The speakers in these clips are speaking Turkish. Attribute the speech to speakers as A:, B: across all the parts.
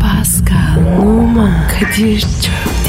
A: Pascal, Oman, Kadir çok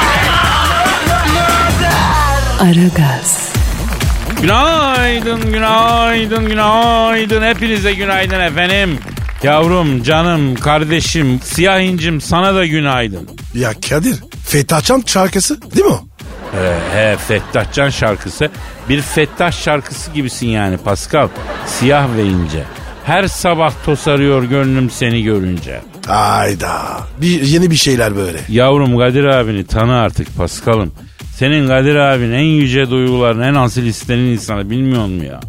A: Aragaz,
B: Günaydın, günaydın, günaydın. Hepinize günaydın efendim. Yavrum, canım, kardeşim, siyah incim sana da günaydın.
C: Ya Kadir, Fethi Açan şarkısı değil mi o?
B: Ee, he, Fettahcan şarkısı. Bir Fettah şarkısı gibisin yani Pascal. Siyah ve ince. Her sabah tosarıyor gönlüm seni görünce.
C: Ayda. Bir, yeni bir şeyler böyle.
B: Yavrum Kadir abini tanı artık Paskal'ım. Senin Kadir abin en yüce duyguların en asil istenen insanı bilmiyor mu ya?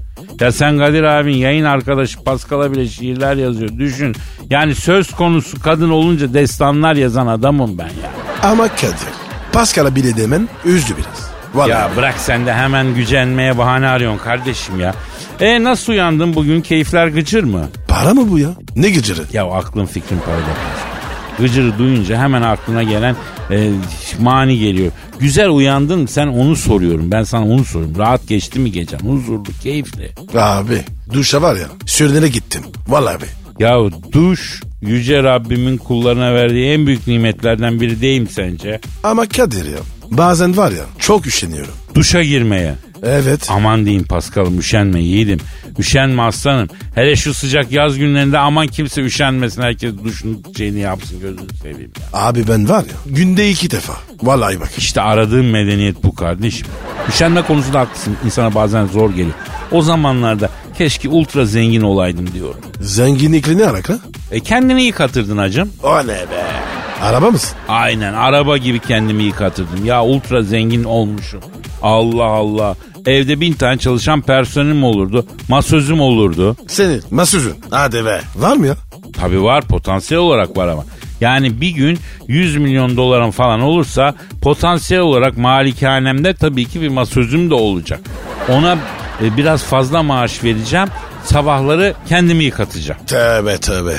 B: Ya sen Kadir abin yayın arkadaşı Paskal'a bile şiirler yazıyor. Düşün yani söz konusu kadın olunca destanlar yazan adamım ben ya.
C: Ama Kadir, Pascal'a bile demen üzdü biraz.
B: Ya
C: Vallahi.
B: bırak sen de hemen gücenmeye bahane arıyorsun kardeşim ya. E nasıl uyandın bugün keyifler gıcır mı?
C: Para mı bu ya? Ne gıcırı?
B: Ya aklın fikrin paylaşıyor. Gıcırı duyunca hemen aklına gelen e, mani geliyor. Güzel uyandın sen onu soruyorum. Ben sana onu soruyorum. Rahat geçti mi gecen? Huzurlu, keyifli.
C: Abi, duşa var ya, sürünene gittim. Vallahi abi.
B: Ya duş yüce Rabbimin kullarına verdiği en büyük nimetlerden biri değil mi sence?
C: Ama Kadir ya, bazen var ya, çok üşeniyorum.
B: Duşa girmeye.
C: Evet.
B: Aman diyeyim Paskal'ım üşenme yiğidim. Üşenme aslanım. Hele şu sıcak yaz günlerinde aman kimse üşenmesin. Herkes duşun şeyini yapsın gözünü seveyim ya.
C: Abi ben var ya, günde iki defa. Vallahi bak.
B: İşte aradığım medeniyet bu kardeşim. Üşenme konusunda haklısın. İnsana bazen zor geliyor. O zamanlarda keşke ultra zengin olaydım diyorum.
C: Zenginlikle ne alaka?
B: E kendini yıkatırdın hacım.
C: O ne be? Araba mısın?
B: Aynen araba gibi kendimi yıkatırdım. Ya ultra zengin olmuşum. Allah Allah. Evde bin tane çalışan personelim olurdu. Masözüm olurdu.
C: Senin, masözün. Hadi be. Var mı ya?
B: Tabii var potansiyel olarak var ama. Yani bir gün 100 milyon dolarım falan olursa potansiyel olarak malikanemde tabii ki bir masözüm de olacak. Ona e, biraz fazla maaş vereceğim. Sabahları kendimi yıkatacağım.
C: Tövbe tövbe.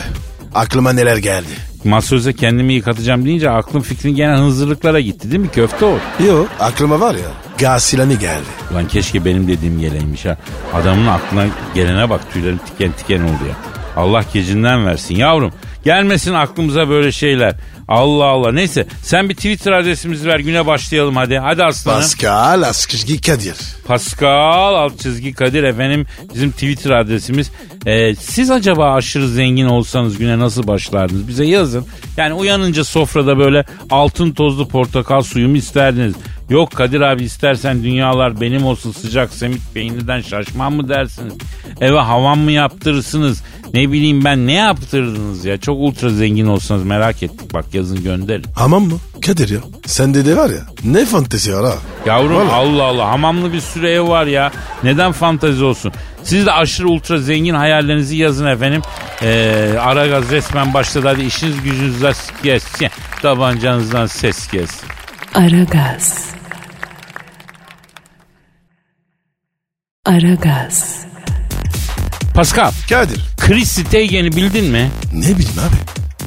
C: Aklıma neler geldi.
B: Masöze kendimi yıkatacağım deyince aklım fikrin gene hınzırlıklara gitti değil mi köfte o?
C: Yo aklıma var ya gasilani geldi.
B: Ulan keşke benim dediğim geleymiş ha. Adamın aklına gelene bak tüylerim tiken tiken oldu ya. Allah gecinden versin yavrum. Gelmesin aklımıza böyle şeyler. Allah Allah. Neyse sen bir Twitter adresimizi ver güne başlayalım hadi. Hadi aslanım.
C: Pascal Askışgi Kadir.
B: Pascal alt çizgi Kadir efendim bizim Twitter adresimiz. Ee, siz acaba aşırı zengin olsanız güne nasıl başlardınız? Bize yazın. Yani uyanınca sofrada böyle altın tozlu portakal suyu mu isterdiniz? Yok Kadir abi istersen dünyalar benim olsun sıcak semit peynirden şaşmam mı dersiniz? Eve havan mı yaptırırsınız? Ne bileyim ben ne yaptırdınız ya? Çok ultra zengin olsanız merak ettik bak yazın gönderin.
C: Aman mı? Kadir ya. Sende de var ya ne fantezi var ha.
B: Yavrum Allah Allah hamamlı bir sürü ev var ya. Neden fantezi olsun? Siz de aşırı ultra zengin hayallerinizi yazın efendim. Ee, Aragaz resmen başladı. Hadi işiniz gücünüzden ses gelsin. Tabancanızdan ses gelsin.
A: Aragaz. Aragaz,
B: Pascal,
C: Kadir.
B: Chris Steigen'i bildin mi?
C: Ne bileyim abi.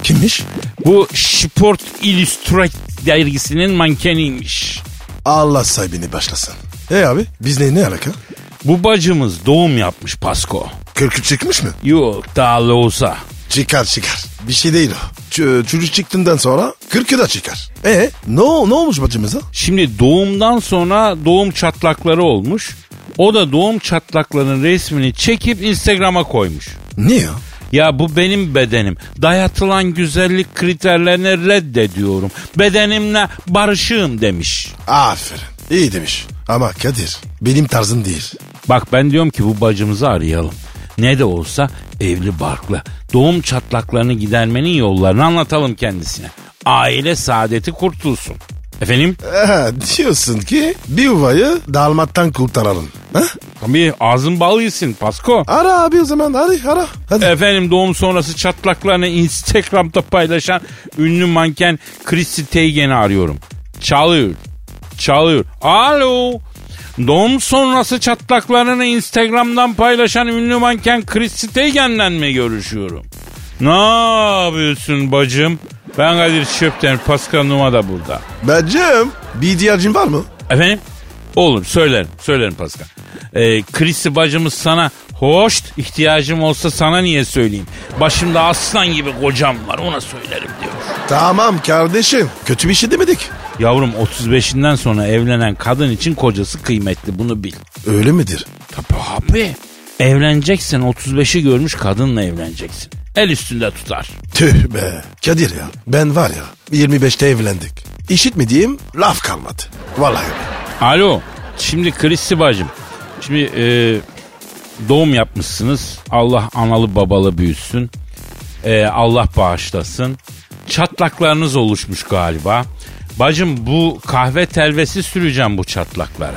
C: Kimmiş?
B: Bu Sport Illustrated dergisinin mankeniymiş.
C: Allah sahibini başlasın. E abi bizle ne alaka?
B: Bu bacımız doğum yapmış Pasko.
C: Kürkü çıkmış mı?
B: Yok daha olsa.
C: Çıkar çıkar. Bir şey değil o. Ç- çocuk çıktığından sonra kürkü de çıkar. E ne, o- ne olmuş bacımıza?
B: Şimdi doğumdan sonra doğum çatlakları olmuş. O da doğum çatlaklarının resmini çekip Instagram'a koymuş.
C: Niye ya?
B: Ya bu benim bedenim. Dayatılan güzellik kriterlerini reddediyorum. Bedenimle barışığım demiş.
C: Aferin. İyi demiş. Ama Kadir benim tarzım değil.
B: Bak ben diyorum ki bu bacımızı arayalım. Ne de olsa evli barklı. Doğum çatlaklarını gidermenin yollarını anlatalım kendisine. Aile saadeti kurtulsun. Efendim?
C: Aha, diyorsun ki bir uvayı dalmattan kurtaralım.
B: Tabii ağzın bal yesin Pasko.
C: Ara abi o zaman hadi ara. Hadi.
B: Efendim doğum sonrası çatlaklarını Instagram'da paylaşan ünlü manken Chrissy Teigen'i arıyorum. Çalıyor. Çalıyor. Alo. Doğum sonrası çatlaklarını Instagram'dan paylaşan ünlü manken Chrissy Teigen'le mi görüşüyorum? Ne yapıyorsun bacım? Ben Kadir Çöpten, Pascal Numa da burada.
C: Bacım bir ihtiyacın var mı?
B: Efendim? Olur söylerim. Söylerim Pascal. Ee, Chrissy bacımız sana hoş ihtiyacım olsa sana niye söyleyeyim? Başımda aslan gibi kocam var ona söylerim diyor.
C: Tamam kardeşim kötü bir şey demedik.
B: Yavrum 35'inden sonra evlenen kadın için kocası kıymetli bunu bil.
C: Öyle midir?
B: Tabii abi. Evleneceksen 35'i görmüş kadınla evleneceksin. El üstünde tutar.
C: Tüh be Kadir ya ben var ya 25'te evlendik. İşitmediğim laf kalmadı. Vallahi öyle.
B: Alo. Şimdi Kristi bacım. Şimdi e, doğum yapmışsınız. Allah analı babalı büyüsün. E, Allah bağışlasın. Çatlaklarınız oluşmuş galiba. Bacım bu kahve telvesi süreceğim bu çatlaklara.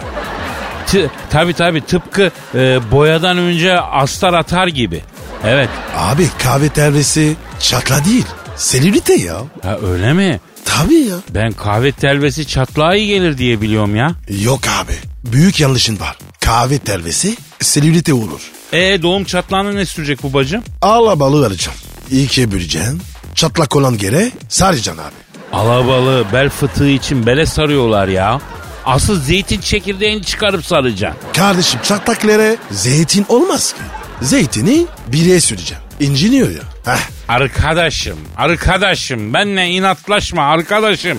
B: T- tabii tabii tıpkı e, boyadan önce astar atar gibi. Evet.
C: Abi kahve tervesi çatla değil. Selülite ya.
B: Ha, öyle mi?
C: Tabii ya.
B: Ben kahve telvesi çatlağa iyi gelir diye biliyorum ya.
C: Yok abi büyük yanlışın var. Kahve tervesi selülite olur.
B: E doğum çatlağına ne sürecek bu bacım?
C: Ağla balı vereceğim. İkiye böleceksin. Çatlak olan gere saracaksın abi.
B: Alabalığı bel fıtığı için bele sarıyorlar ya. Asıl zeytin çekirdeğini çıkarıp saracaksın.
C: Kardeşim çatlaklara zeytin olmaz ki. Zeytini bireye süreceğim. İnciniyor ya. Heh.
B: Arkadaşım, arkadaşım benle inatlaşma arkadaşım.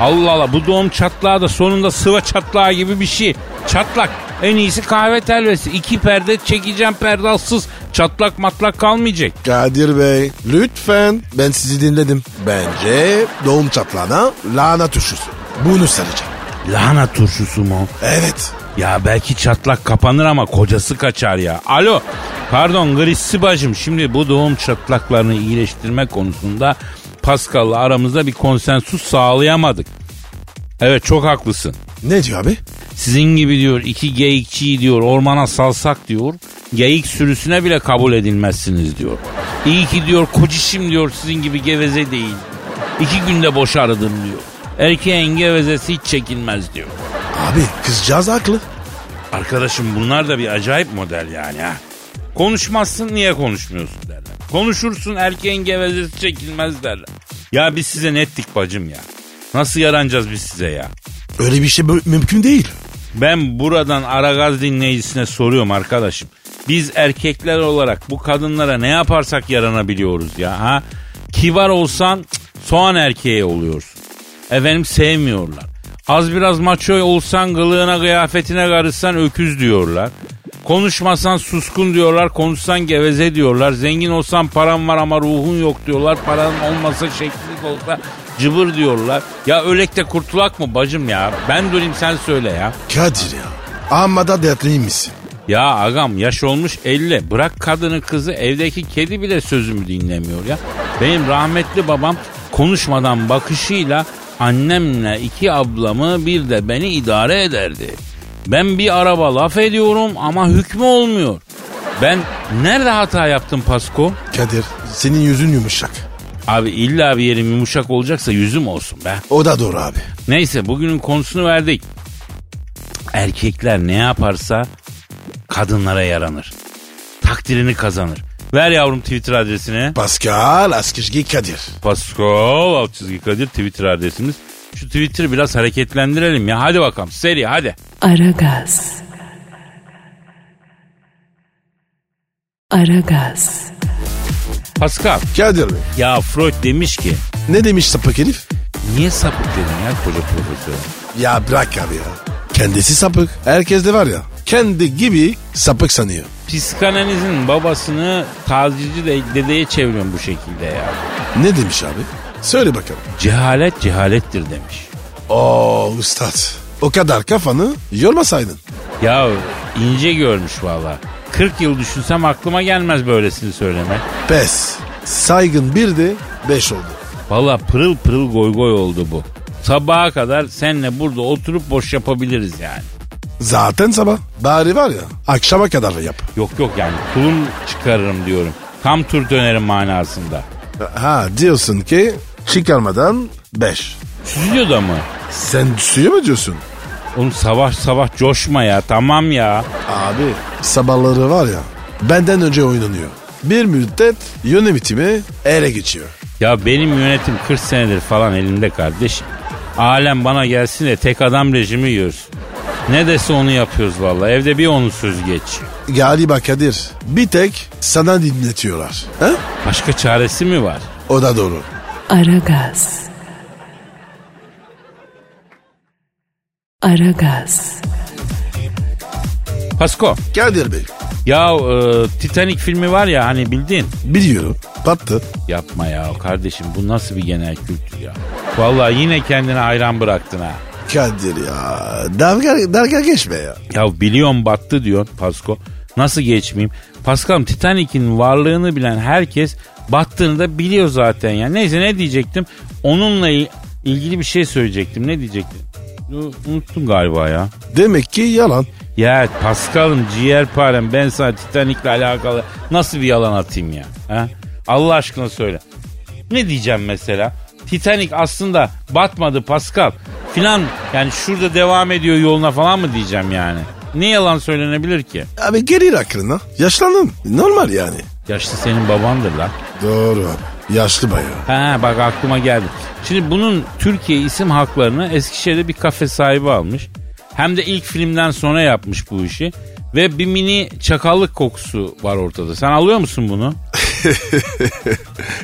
B: Allah Allah bu doğum çatlağı da sonunda sıva çatlağı gibi bir şey. Çatlak en iyisi kahve telvesi. İki perde çekeceğim perdalsız. Çatlak matlak kalmayacak.
C: Kadir Bey lütfen ben sizi dinledim. Bence doğum çatlağına lahana turşusu. Bunu saracağım.
B: Lahana turşusu mu?
C: Evet.
B: Ya belki çatlak kapanır ama kocası kaçar ya. Alo. Pardon Grissi bacım şimdi bu doğum çatlaklarını iyileştirme konusunda Pascal'la aramızda bir konsensus sağlayamadık. Evet çok haklısın.
C: Ne diyor abi?
B: Sizin gibi diyor iki geyikçiyi diyor ormana salsak diyor. Geyik sürüsüne bile kabul edilmezsiniz diyor. İyi ki diyor kocişim diyor sizin gibi geveze değil. İki günde boşardım diyor. Erkeğin gevezesi hiç çekilmez diyor.
C: Abi kızcağız haklı.
B: Arkadaşım bunlar da bir acayip model yani ha. Konuşmazsın niye konuşmuyorsun derler. Konuşursun erkeğin gevezesi çekilmez derler. Ya biz size nettik bacım ya. Nasıl yaranacağız biz size ya?
C: Öyle bir şey mü- mümkün değil.
B: Ben buradan Aragaz dinleyicisine soruyorum arkadaşım. Biz erkekler olarak bu kadınlara ne yaparsak yaranabiliyoruz ya ha? Kibar olsan cık, soğan erkeği oluyorsun. Efendim sevmiyorlar. Az biraz maço olsan kılığına kıyafetine karışsan öküz diyorlar. Konuşmasan suskun diyorlar, konuşsan geveze diyorlar. Zengin olsan paran var ama ruhun yok diyorlar. Paran olmasa şekillik olsa cıbır diyorlar. Ya ölekte kurtulak mı bacım ya? Ben durayım sen söyle ya.
C: Kadir ya. Amma da dertliymişsin.
B: Ya agam yaş olmuş 50. Bırak kadını kızı evdeki kedi bile sözümü dinlemiyor ya. Benim rahmetli babam konuşmadan bakışıyla annemle iki ablamı bir de beni idare ederdi. Ben bir araba laf ediyorum ama hükmü olmuyor. Ben nerede hata yaptım Pasko?
C: Kadir senin yüzün yumuşak.
B: Abi illa bir yerim yumuşak olacaksa yüzüm olsun be.
C: O da doğru abi.
B: Neyse bugünün konusunu verdik. Erkekler ne yaparsa kadınlara yaranır. Takdirini kazanır. Ver yavrum Twitter adresini.
C: Pascal Askizgi Kadir.
B: Pascal alt çizgi Kadir Twitter adresimiz. Şu Twitter'ı biraz hareketlendirelim ya. Hadi bakalım seri hadi.
A: Aragaz. Aragaz.
B: Pascal
C: Kadir Bey.
B: ya Freud demiş ki
C: Ne demiş sapık herif?
B: niye sapık dedin ya koca profesör?
C: Ya bırak abi ya. Kendisi sapık. Herkes de var ya. Kendi gibi sapık sanıyor.
B: Psikanalizin babasını tacizci de- dedeye çeviriyorum bu şekilde ya.
C: Ne demiş abi? Söyle bakalım.
B: Cehalet cehalettir demiş.
C: Oo ustad. O kadar kafanı yormasaydın.
B: Ya ince görmüş valla. 40 yıl düşünsem aklıma gelmez böylesini söylemek.
C: Pes. Saygın bir de beş oldu.
B: Valla pırıl pırıl goy goy oldu bu. Sabaha kadar senle burada oturup boş yapabiliriz yani.
C: Zaten sabah. Bari var ya akşama kadar yap.
B: Yok yok yani tulum çıkarırım diyorum. Tam tur dönerim manasında.
C: Ha diyorsun ki çıkarmadan 5.
B: Stüdyoda mı?
C: Sen suyu mu diyorsun?
B: Oğlum sabah sabah coşma ya tamam ya.
C: Abi sabahları var ya benden önce oynanıyor. Bir müddet yönetimi ele geçiyor.
B: Ya benim yönetim 40 senedir falan elimde kardeşim. Alem bana gelsin de tek adam rejimi yiyoruz. Ne dese onu yapıyoruz valla. Evde bir onu söz geç.
C: Galiba Kadir bir tek sana dinletiyorlar. Ha?
B: Başka çaresi mi var?
C: O da doğru.
A: Aragaz. Aragaz.
B: Pasko.
C: Kadir Bey
B: Ya e, Titanic filmi var ya hani bildin.
C: biliyorum battı.
B: Yapma ya kardeşim bu nasıl bir genel kültür ya. Valla yine kendine hayran bıraktın ha.
C: Kadir ya dalga, dalga geçme ya.
B: Ya biliyorum battı diyor Pasko. Nasıl geçmeyeyim? Paskal'ım Titanic'in varlığını bilen herkes battığını da biliyor zaten ya. Neyse ne diyecektim? Onunla il- ilgili bir şey söyleyecektim. Ne diyecektim? Yo, Unuttum galiba ya.
C: Demek ki yalan.
B: Ya Paskal'ım ciğerparem ben sana Titanic'le alakalı nasıl bir yalan atayım ya? Ha? Allah aşkına söyle. Ne diyeceğim mesela? Titanic aslında batmadı Pascal filan yani şurada devam ediyor yoluna falan mı diyeceğim yani? Ne yalan söylenebilir ki?
C: Abi gelir aklına. Yaşlandım. Normal yani.
B: Yaşlı senin babandır lan.
C: Doğru abi. Yaşlı bayağı.
B: Ha bak aklıma geldi. Şimdi bunun Türkiye isim haklarını Eskişehir'de bir kafe sahibi almış. Hem de ilk filmden sonra yapmış bu işi. Ve bir mini çakallık kokusu var ortada. Sen alıyor musun bunu?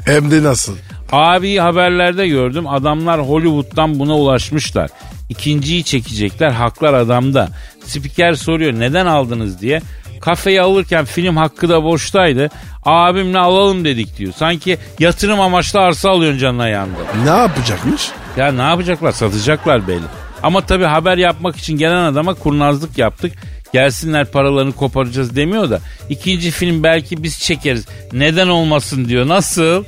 C: Hem de nasıl?
B: Abi haberlerde gördüm adamlar Hollywood'dan buna ulaşmışlar. İkinciyi çekecekler haklar adamda. Spiker soruyor neden aldınız diye. Kafeyi alırken film hakkı da boştaydı. Abimle alalım dedik diyor. Sanki yatırım amaçlı arsa alıyorsun canına yandı.
C: Ne yapacakmış?
B: Ya ne yapacaklar satacaklar belli. Ama tabii haber yapmak için gelen adama kurnazlık yaptık. Gelsinler paralarını koparacağız demiyor da. ikinci film belki biz çekeriz. Neden olmasın diyor. Nasıl?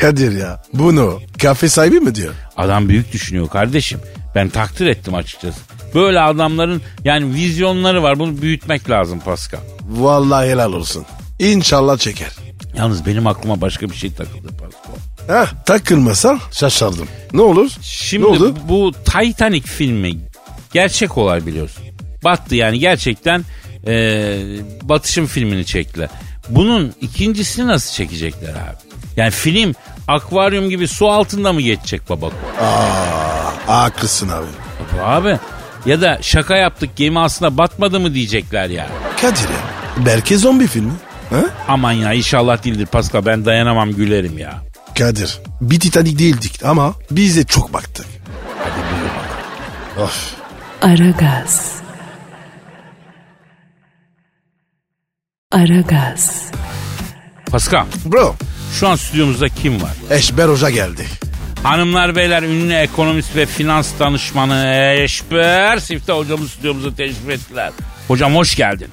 C: Kadir ya. Bunu kafe sahibi mi diyor?
B: Adam büyük düşünüyor kardeşim. Ben takdir ettim açıkçası. Böyle adamların yani vizyonları var. Bunu büyütmek lazım Pascal.
C: Vallahi helal olsun. İnşallah çeker.
B: Yalnız benim aklıma başka bir şey takıldı Pascal.
C: Heh, takılmasa şaşardım. Ne olur?
B: Şimdi
C: ne oldu?
B: bu Titanic filmi gerçek olay biliyorsun. Battı yani gerçekten e, batışım filmini çektiler. Bunun ikincisini nasıl çekecekler abi? Yani film akvaryum gibi su altında mı geçecek baba?
C: Haklısın abi.
B: Abi ya da şaka yaptık gemi aslında batmadı mı diyecekler yani.
C: Kadir ya. Belki zombi filmi. Ha?
B: Aman ya inşallah değildir Pascal ben dayanamam gülerim ya.
C: Kadir. Bir Titanic değildik ama bize çok baktık. Of.
A: Aragaz. Aragaz.
B: Pascal
C: Bro.
B: şu an stüdyomuzda kim var?
C: Eşber Hoca geldi.
B: Hanımlar beyler ünlü ekonomist ve finans danışmanı Eşber Siftah hocamız stüdyomuza teşrif ettiler. Hocam hoş geldin.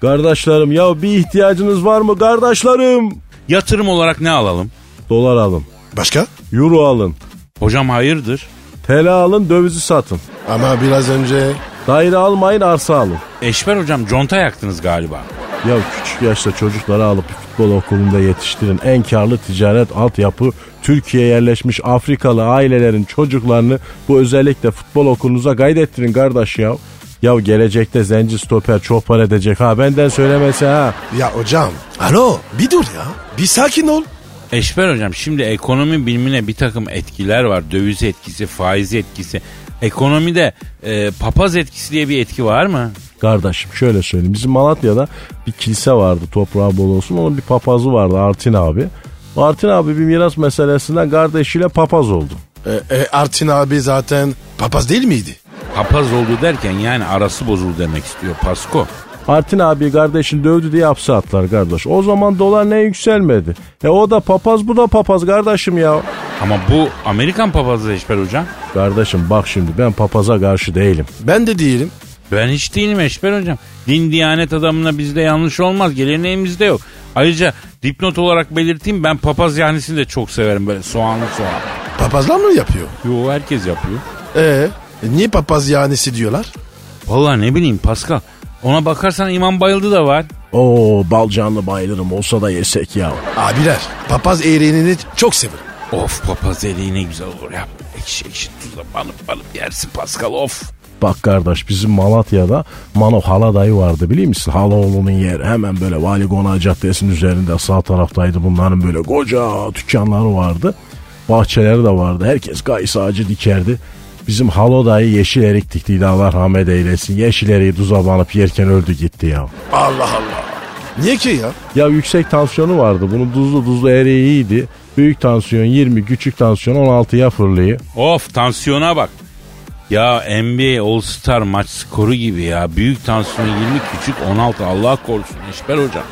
D: Kardeşlerim ya bir ihtiyacınız var mı kardeşlerim?
B: Yatırım olarak ne alalım?
D: Dolar alın,
C: Başka?
D: euro alın,
B: Hocam hayırdır?
D: TL alın, dövizi satın.
C: Ama biraz önce...
D: Daire almayın, arsa alın.
B: Eşber hocam conta yaktınız galiba.
D: Ya küçük yaşta çocukları alıp bir futbol okulunda yetiştirin. En karlı ticaret altyapı Türkiye'ye yerleşmiş Afrikalı ailelerin çocuklarını bu özellikle futbol okulunuza kaydettirin kardeş ya. Ya gelecekte zenci stoper çok para edecek ha benden söylemesi ha.
C: Ya hocam. Alo bir dur ya. Bir sakin ol.
B: Eşber hocam şimdi ekonomi bilimine bir takım etkiler var. Döviz etkisi, faiz etkisi. Ekonomide e, papaz etkisi diye bir etki var mı?
D: Kardeşim şöyle söyleyeyim. Bizim Malatya'da bir kilise vardı toprağı bol olsun. Onun bir papazı vardı Artin abi. Artin abi bir miras meselesinden kardeşiyle papaz oldu.
C: E, e, Artin abi zaten papaz değil miydi?
B: Papaz oldu derken yani arası bozuldu demek istiyor Pasko.
D: Artin abi kardeşini dövdü diye hapse attılar kardeş. O zaman dolar ne yükselmedi. E o da papaz bu da papaz kardeşim ya.
B: Ama bu Amerikan papazı Eşber hocam.
D: Kardeşim bak şimdi ben papaza karşı değilim.
C: Ben de değilim.
B: Ben hiç değilim Eşber hocam. Din diyanet adamına bizde yanlış olmaz. Geleneğimizde yok. Ayrıca dipnot olarak belirteyim ben papaz yahnisini de çok severim böyle soğanlı soğan.
C: Papazlar mı yapıyor?
B: Yo herkes yapıyor.
C: Ee, niye papaz yanesi diyorlar?
B: Vallahi ne bileyim Pascal. Ona bakarsan İmam Bayıldı da var.
E: Oo balcanlı bayılırım olsa da yesek ya.
C: Abiler papaz eğrenini çok severim.
B: Of papaz eriği ne güzel olur ya. Ekşi ekşi tuzla banıp banıp yersin Pascal of.
E: Bak kardeş bizim Malatya'da Mano Hala dayı vardı biliyor musun? Halaoğlu'nun yeri hemen böyle Vali Konağı Caddesi'nin üzerinde sağ taraftaydı. Bunların böyle koca dükkanları vardı. Bahçeleri de vardı. Herkes kayısı ağacı dikerdi. Bizim Halo dayı yeşil erik diktiydi Allah rahmet eylesin. Yeşil eriği tuza banıp yerken öldü gitti ya.
C: Allah Allah. Niye ki ya?
E: Ya yüksek tansiyonu vardı. Bunun tuzlu tuzlu eriği iyiydi. Büyük tansiyon 20, küçük tansiyon 16'ya fırlıyor.
B: Of tansiyona bak. Ya NBA All Star maç skoru gibi ya. Büyük tansiyon 20 küçük 16 Allah korusun Eşber hocam.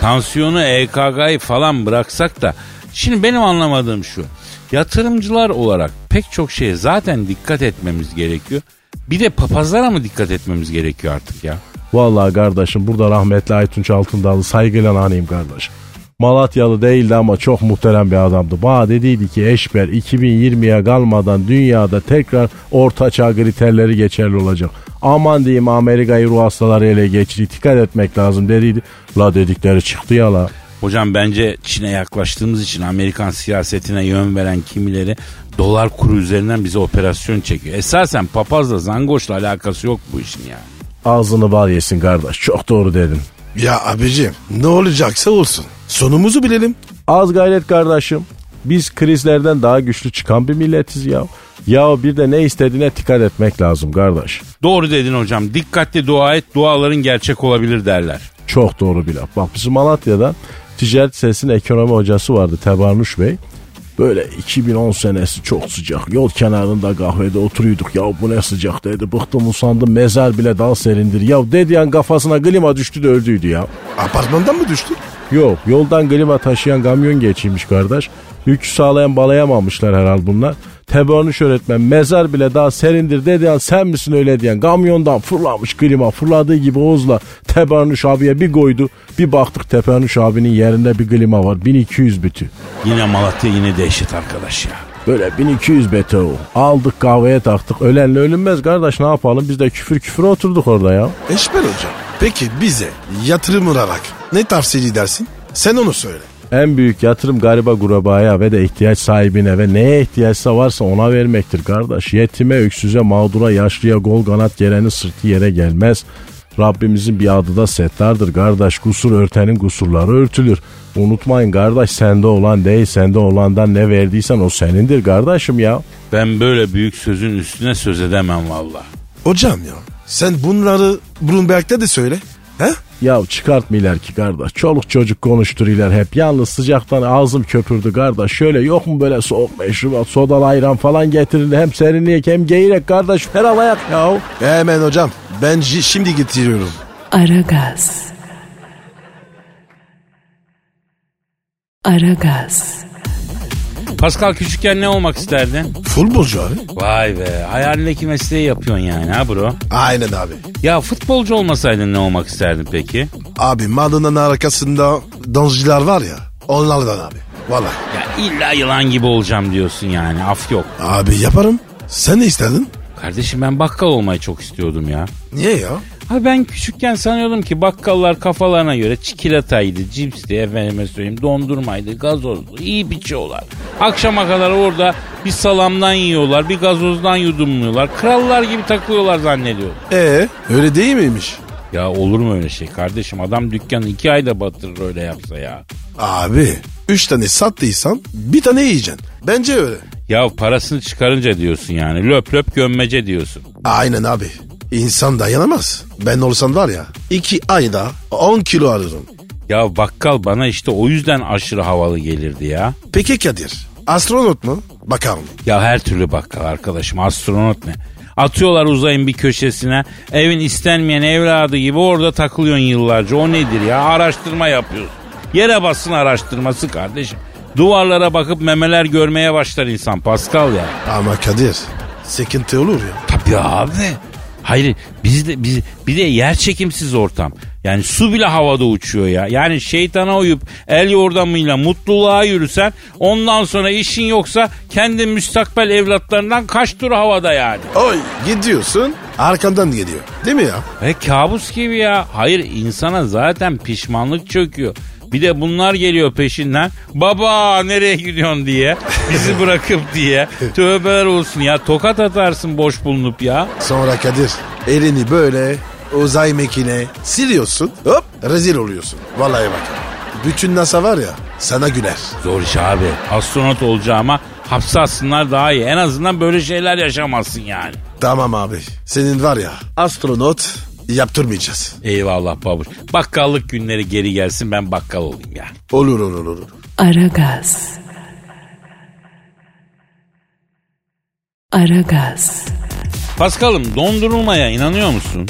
B: Tansiyonu EKG'yi falan bıraksak da. Şimdi benim anlamadığım şu. Yatırımcılar olarak pek çok şeye zaten dikkat etmemiz gerekiyor. Bir de papazlara mı dikkat etmemiz gerekiyor artık ya?
E: Vallahi kardeşim burada rahmetli Aytunç Altındağlı saygıyla anayım kardeş. Malatyalı değildi ama çok muhterem bir adamdı. Bana dediydi ki Eşber 2020'ye kalmadan dünyada tekrar orta çağ kriterleri geçerli olacak. Aman diyeyim Amerika'yı ruh hastaları ele geçirdi. Dikkat etmek lazım dediydi. La dedikleri çıktı ya la.
B: Hocam bence Çin'e yaklaştığımız için Amerikan siyasetine yön veren kimileri dolar kuru üzerinden bize operasyon çekiyor. Esasen papazla zangoşla alakası yok bu işin ya.
E: Ağzını bal yesin kardeş. Çok doğru dedin.
C: Ya abicim ne olacaksa olsun. Sonumuzu bilelim.
E: Az gayret kardeşim. Biz krizlerden daha güçlü çıkan bir milletiz ya. Ya bir de ne istediğine dikkat etmek lazım kardeş.
B: Doğru dedin hocam. Dikkatli dua et duaların gerçek olabilir derler.
E: Çok doğru bir laf. Bak bizim Malatya'da ticaret sesinin ekonomi hocası vardı Tebarnuş Bey. Böyle 2010 senesi çok sıcak. Yol kenarında kahvede oturuyorduk. Ya bu ne sıcak dedi. Bıktım usandım mezar bile daha serindir. Ya dediyen kafasına klima düştü de öldüydü ya.
C: Apartmandan mı düştü?
E: Yok yoldan klima taşıyan kamyon geçiymiş kardeş. Yükü sağlayan balayamamışlar herhal bunlar. Tebarnuş öğretmen mezar bile daha serindir dedi an sen misin öyle diyen kamyondan fırlamış klima fırladığı gibi Oğuz'la Tebarnuş abiye bir koydu. Bir baktık Tebarnuş abinin yerinde bir klima var 1200 bütü.
B: Yine Malatya yine dehşet arkadaş ya.
E: Böyle 1200 bütü o. Aldık kahveye taktık ölenle ölünmez kardeş ne yapalım biz de küfür küfür oturduk orada ya.
C: Eşber hocam. Peki bize yatırım olarak ne tavsiye edersin? Sen onu söyle.
E: En büyük yatırım gariba gurabaya ve de ihtiyaç sahibine ve neye ihtiyaçsa varsa ona vermektir kardeş. Yetime, öksüze, mağdura, yaşlıya, gol kanat gelenin sırtı yere gelmez. Rabbimizin bir adı da settardır kardeş. Kusur örtenin kusurları örtülür. Unutmayın kardeş sende olan değil sende olandan ne verdiysen o senindir kardeşim ya.
B: Ben böyle büyük sözün üstüne söz edemem valla.
C: Hocam ya sen bunları Bloomberg'de de söyle. He?
E: Ya çıkartmıyorlar ki kardeş. Çoluk çocuk konuşturuyorlar hep. Yalnız sıcaktan ağzım köpürdü kardeş. Şöyle yok mu böyle soğuk meşrubat, sodalı ayran falan getirin. Hem serinleyek hem geyrek kardeş. Ferahlayak ya.
C: Hemen hocam ben ji- şimdi getiriyorum.
A: Aragaz. Aragaz.
B: Pascal küçükken ne olmak isterdin?
C: Futbolcu abi.
B: Vay be hayalindeki mesleği yapıyorsun yani ha bro.
C: Aynen abi.
B: Ya futbolcu olmasaydın ne olmak isterdin peki?
C: Abi Madona'nın arkasında dansçılar var ya onlardan abi. Valla.
B: Ya illa yılan gibi olacağım diyorsun yani af yok.
C: Abi yaparım. Sen ne istedin?
B: Kardeşim ben bakkal olmayı çok istiyordum ya.
C: Niye ya?
B: Ha ben küçükken sanıyordum ki bakkallar kafalarına göre çikolataydı, cipsti, efendime söyleyeyim dondurmaydı, gazozdu, iyi biçiyorlar. Akşama kadar orada bir salamdan yiyorlar, bir gazozdan yudumluyorlar. Krallar gibi takılıyorlar zannediyorum.
C: Ee öyle değil miymiş?
B: Ya olur mu öyle şey kardeşim? Adam dükkanı iki ayda batırır öyle yapsa ya.
C: Abi üç tane sattıysan bir tane yiyeceksin. Bence öyle.
B: Ya parasını çıkarınca diyorsun yani. Löp löp gömmece diyorsun.
C: Aynen abi. İnsan dayanamaz. Ben olsam var ya iki ayda 10 kilo alırım.
B: Ya bakkal bana işte o yüzden aşırı havalı gelirdi ya.
C: Peki Kadir astronot mu? Bakalım.
B: Ya her türlü bakkal arkadaşım astronot ne? Atıyorlar uzayın bir köşesine. Evin istenmeyen evladı gibi orada takılıyorsun yıllarca. O nedir ya? Araştırma yapıyorsun. Yere basın araştırması kardeşim. Duvarlara bakıp memeler görmeye başlar insan Pascal ya.
C: Ama Kadir sıkıntı olur ya.
B: Tabii abi. Hayır biz de biz bir de yer çekimsiz ortam. Yani su bile havada uçuyor ya. Yani şeytana uyup el yordamıyla mutluluğa yürüsen ondan sonra işin yoksa kendi müstakbel evlatlarından kaç tur havada yani.
C: Oy gidiyorsun Arkamdan geliyor. Değil mi ya?
B: E kabus gibi ya. Hayır insana zaten pişmanlık çöküyor. Bir de bunlar geliyor peşinden. Baba nereye gidiyorsun diye. Bizi bırakıp diye. Tövbeler olsun ya. Tokat atarsın boş bulunup ya.
C: Sonra Kadir elini böyle uzay mekine siliyorsun. Hop rezil oluyorsun. Vallahi bak. Bütün NASA var ya sana güler.
B: Zor iş abi. Astronot olacağıma hapse atsınlar daha iyi. En azından böyle şeyler yaşamazsın yani.
C: Tamam abi. Senin var ya astronot yaptırmayacağız.
B: Eyvallah babuş. Bakkallık günleri geri gelsin ben bakkal olayım yani.
C: Olur olur olur.
A: Aragaz. Aragaz.
B: Paskal'ım dondurulmaya inanıyor musun?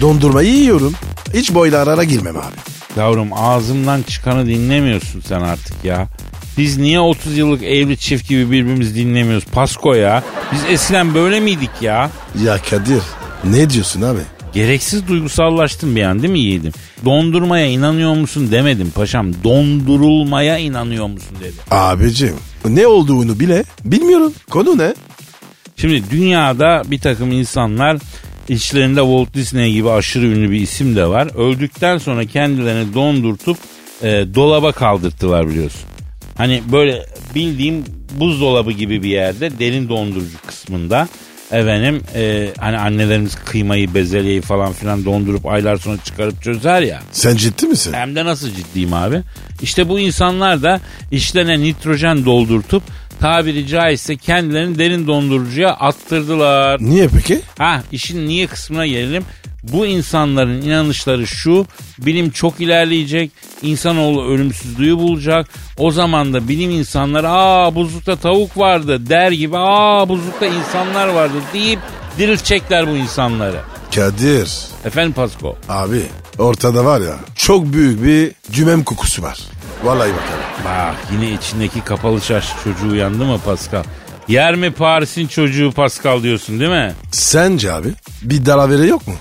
C: Dondurmayı yiyorum. Hiç boylarara girmem abi.
B: Yavrum ağzımdan çıkanı dinlemiyorsun sen artık ya. Biz niye 30 yıllık evli çift gibi birbirimizi dinlemiyoruz Pasko ya? Biz eskiden böyle miydik ya?
C: Ya Kadir ne diyorsun abi?
B: Gereksiz duygusallaştım bir an değil mi yiğidim? Dondurmaya inanıyor musun demedim paşam. Dondurulmaya inanıyor musun dedim.
C: Abicim ne olduğunu bile bilmiyorum. Konu ne?
B: Şimdi dünyada bir takım insanlar içlerinde Walt Disney gibi aşırı ünlü bir isim de var. Öldükten sonra kendilerini dondurtup e, dolaba kaldırttılar biliyorsun. Hani böyle bildiğim buzdolabı gibi bir yerde derin dondurucu kısmında efendim e, hani annelerimiz kıymayı bezelyeyi falan filan dondurup aylar sonra çıkarıp çözer ya.
C: Sen ciddi misin?
B: Hem de nasıl ciddiyim abi. İşte bu insanlar da işlerine nitrojen doldurtup tabiri caizse kendilerini derin dondurucuya attırdılar.
C: Niye peki?
B: Ha işin niye kısmına gelelim. Bu insanların inanışları şu. Bilim çok ilerleyecek. insanoğlu ölümsüzlüğü bulacak. O zaman da bilim insanları aa buzlukta tavuk vardı der gibi aa buzlukta insanlar vardı deyip diriltecekler bu insanları.
C: Kadir
B: Efendim Pasko.
C: abi ortada var ya çok büyük bir cümem kokusu var. Vallahi bak abi.
B: Bak yine içindeki kapalı çarşı çocuğu uyandı mı Pascal? Yer mi Paris'in çocuğu Pascal diyorsun değil mi?
C: Sence abi bir dalavere yok mu?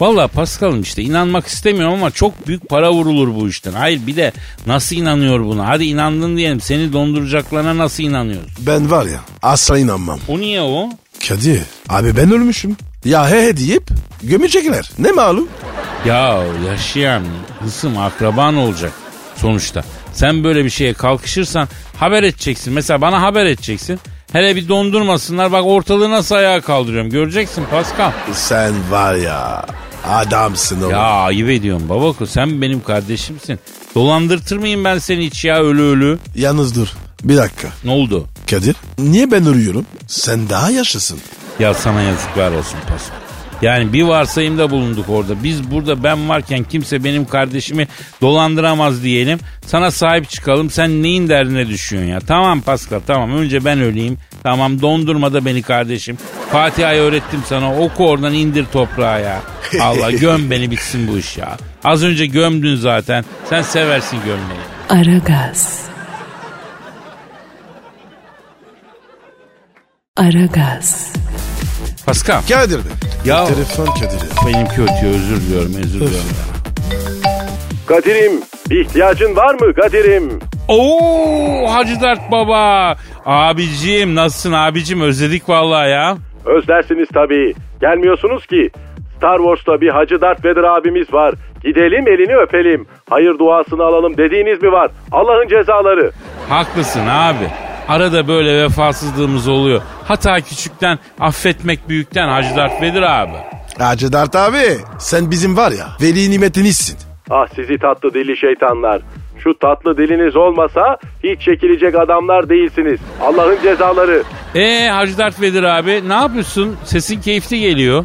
B: Valla Pascal'ım işte inanmak istemiyorum ama çok büyük para vurulur bu işten. Hayır bir de nasıl inanıyor buna? Hadi inandın diyelim seni donduracaklarına nasıl inanıyorsun?
C: Ben var ya asla inanmam.
B: O niye o?
C: Kadir abi ben ölmüşüm. Ya he he deyip gömecekler. Ne malum?
B: Ya yaşayan hısım akraban olacak sonuçta. Sen böyle bir şeye kalkışırsan haber edeceksin. Mesela bana haber edeceksin. Hele bir dondurmasınlar bak ortalığı nasıl ayağa kaldırıyorum. Göreceksin Pascal.
C: Sen var ya adamsın oğlum.
B: Ya ayıp ediyorum babako sen benim kardeşimsin. Dolandırtır mıyım ben seni hiç ya ölü ölü?
C: Yalnız dur bir dakika.
B: Ne oldu?
C: Kadir niye ben ölüyorum? Sen daha yaşlısın.
B: Ya sana yazıklar olsun Pasko. Yani bir varsayımda bulunduk orada. Biz burada ben varken kimse benim kardeşimi dolandıramaz diyelim. Sana sahip çıkalım. Sen neyin derdine düşüyorsun ya? Tamam Pascal tamam. Önce ben öleyim. Tamam dondurma da beni kardeşim. Fatiha'yı öğrettim sana. Oku oradan indir toprağa ya. Allah göm beni bitsin bu iş ya. Az önce gömdün zaten. Sen seversin gömmeyi.
A: Aragaz. Aragaz.
B: Pascal.
C: Kadir be.
B: Ya
C: Telefon Kadir ya.
B: benimki ötüyor özür diliyorum özür diliyorum.
E: Kadir'im bir ihtiyacın var mı Kadir'im?
B: Oo Hacı Dert Baba. Abicim nasılsın abicim özledik vallahi ya.
E: Özlersiniz tabii. Gelmiyorsunuz ki. Star Wars'ta bir Hacı Darth Vader abimiz var. Gidelim elini öpelim. Hayır duasını alalım dediğiniz mi var? Allah'ın cezaları.
B: Haklısın abi. Arada böyle vefasızlığımız oluyor. Hata küçükten affetmek büyükten Hacı Dert Vedir abi.
C: Hacı Dert abi sen bizim var ya veli nimetinizsin.
E: Ah sizi tatlı dili şeytanlar. Şu tatlı diliniz olmasa hiç çekilecek adamlar değilsiniz. Allah'ın cezaları.
B: Ee Hacı Dert Vedir abi ne yapıyorsun? Sesin keyifli geliyor.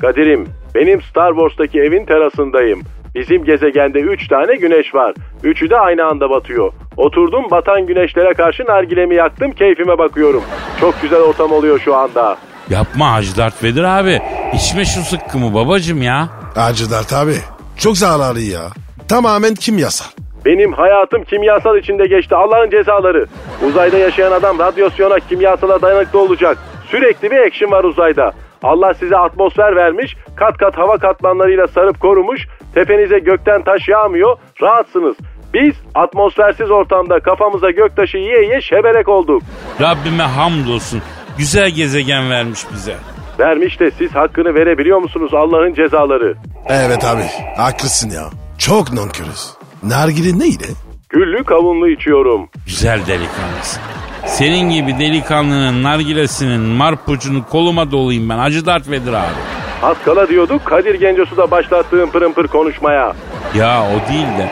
E: Kadir'im benim Star Wars'taki evin terasındayım. Bizim gezegende 3 tane güneş var. Üçü de aynı anda batıyor. Oturdum batan güneşlere karşı nargilemi yaktım keyfime bakıyorum. Çok güzel ortam oluyor şu anda.
B: Yapma Hacı Dert Vedir abi. İçme şu sıkkımı babacım ya.
C: Hacı Dert abi çok zararlı ya. Tamamen kimyasal.
E: Benim hayatım kimyasal içinde geçti Allah'ın cezaları. Uzayda yaşayan adam radyasyona kimyasala dayanıklı olacak. Sürekli bir action var uzayda. Allah size atmosfer vermiş, kat kat hava katmanlarıyla sarıp korumuş, tepenize gökten taş yağmıyor, rahatsınız. Biz atmosfersiz ortamda kafamıza göktaşı yiye yiye şebelek olduk.
B: Rabbime hamdolsun. Güzel gezegen vermiş bize.
E: Vermiş de siz hakkını verebiliyor musunuz Allah'ın cezaları?
C: Evet abi haklısın ya. Çok nankörüz. Nargile neydi?
E: Güllü kavunlu içiyorum.
B: Güzel delikanlısın. Senin gibi delikanlının nargilesinin marpucunu koluma dolayayım ben. Acı Darth Vader abi.
E: Az kala diyorduk Kadir Gencosu da başlattığım pırın pır konuşmaya.
B: Ya o değil de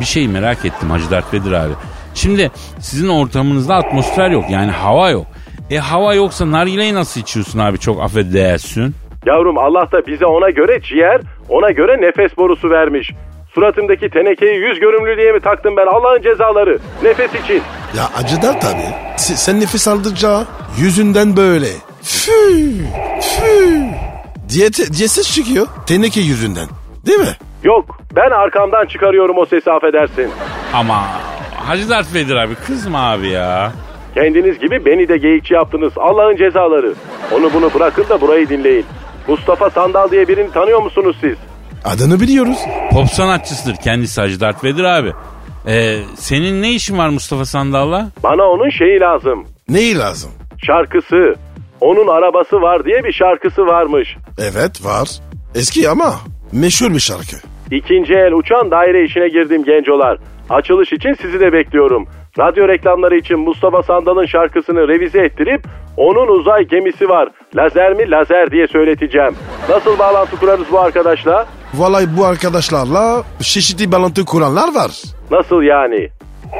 B: bir şey merak ettim Hacı Darth Vader abi. Şimdi sizin ortamınızda atmosfer yok yani hava yok. E hava yoksa nargileyi nasıl içiyorsun abi çok affedersin.
E: Yavrum Allah da bize ona göre ciğer, ona göre nefes borusu vermiş. Suratımdaki tenekeyi yüz görümlü diye mi taktım ben Allah'ın cezaları? Nefes için.
C: Ya acıdar tabii. Se- sen nefes aldıkça yüzünden böyle. Fü, fü. Diyete, diyesiz çıkıyor. Teneke yüzünden. Değil mi?
E: Yok ben arkamdan çıkarıyorum o sesi affedersin.
B: Ama Hacı Darth Vader abi kızma abi ya.
E: Kendiniz gibi beni de geyikçi yaptınız Allah'ın cezaları. Onu bunu bırakın da burayı dinleyin. Mustafa Sandal diye birini tanıyor musunuz siz?
C: Adını biliyoruz.
B: Pop sanatçısıdır kendisi Hacı Darth Vader abi. E, senin ne işin var Mustafa Sandal'la?
E: Bana onun şeyi lazım.
C: Neyi lazım?
E: Şarkısı. Onun arabası var diye bir şarkısı varmış.
C: Evet var. Eski ama meşhur bir şarkı.
E: İkinci el uçan daire işine girdim gencolar. Açılış için sizi de bekliyorum. Radyo reklamları için Mustafa Sandal'ın şarkısını revize ettirip onun uzay gemisi var. Lazer mi lazer diye söyleteceğim. Nasıl bağlantı kurarız bu arkadaşla?
C: Vallahi bu arkadaşlarla çeşitli bağlantı kuranlar var.
E: Nasıl yani?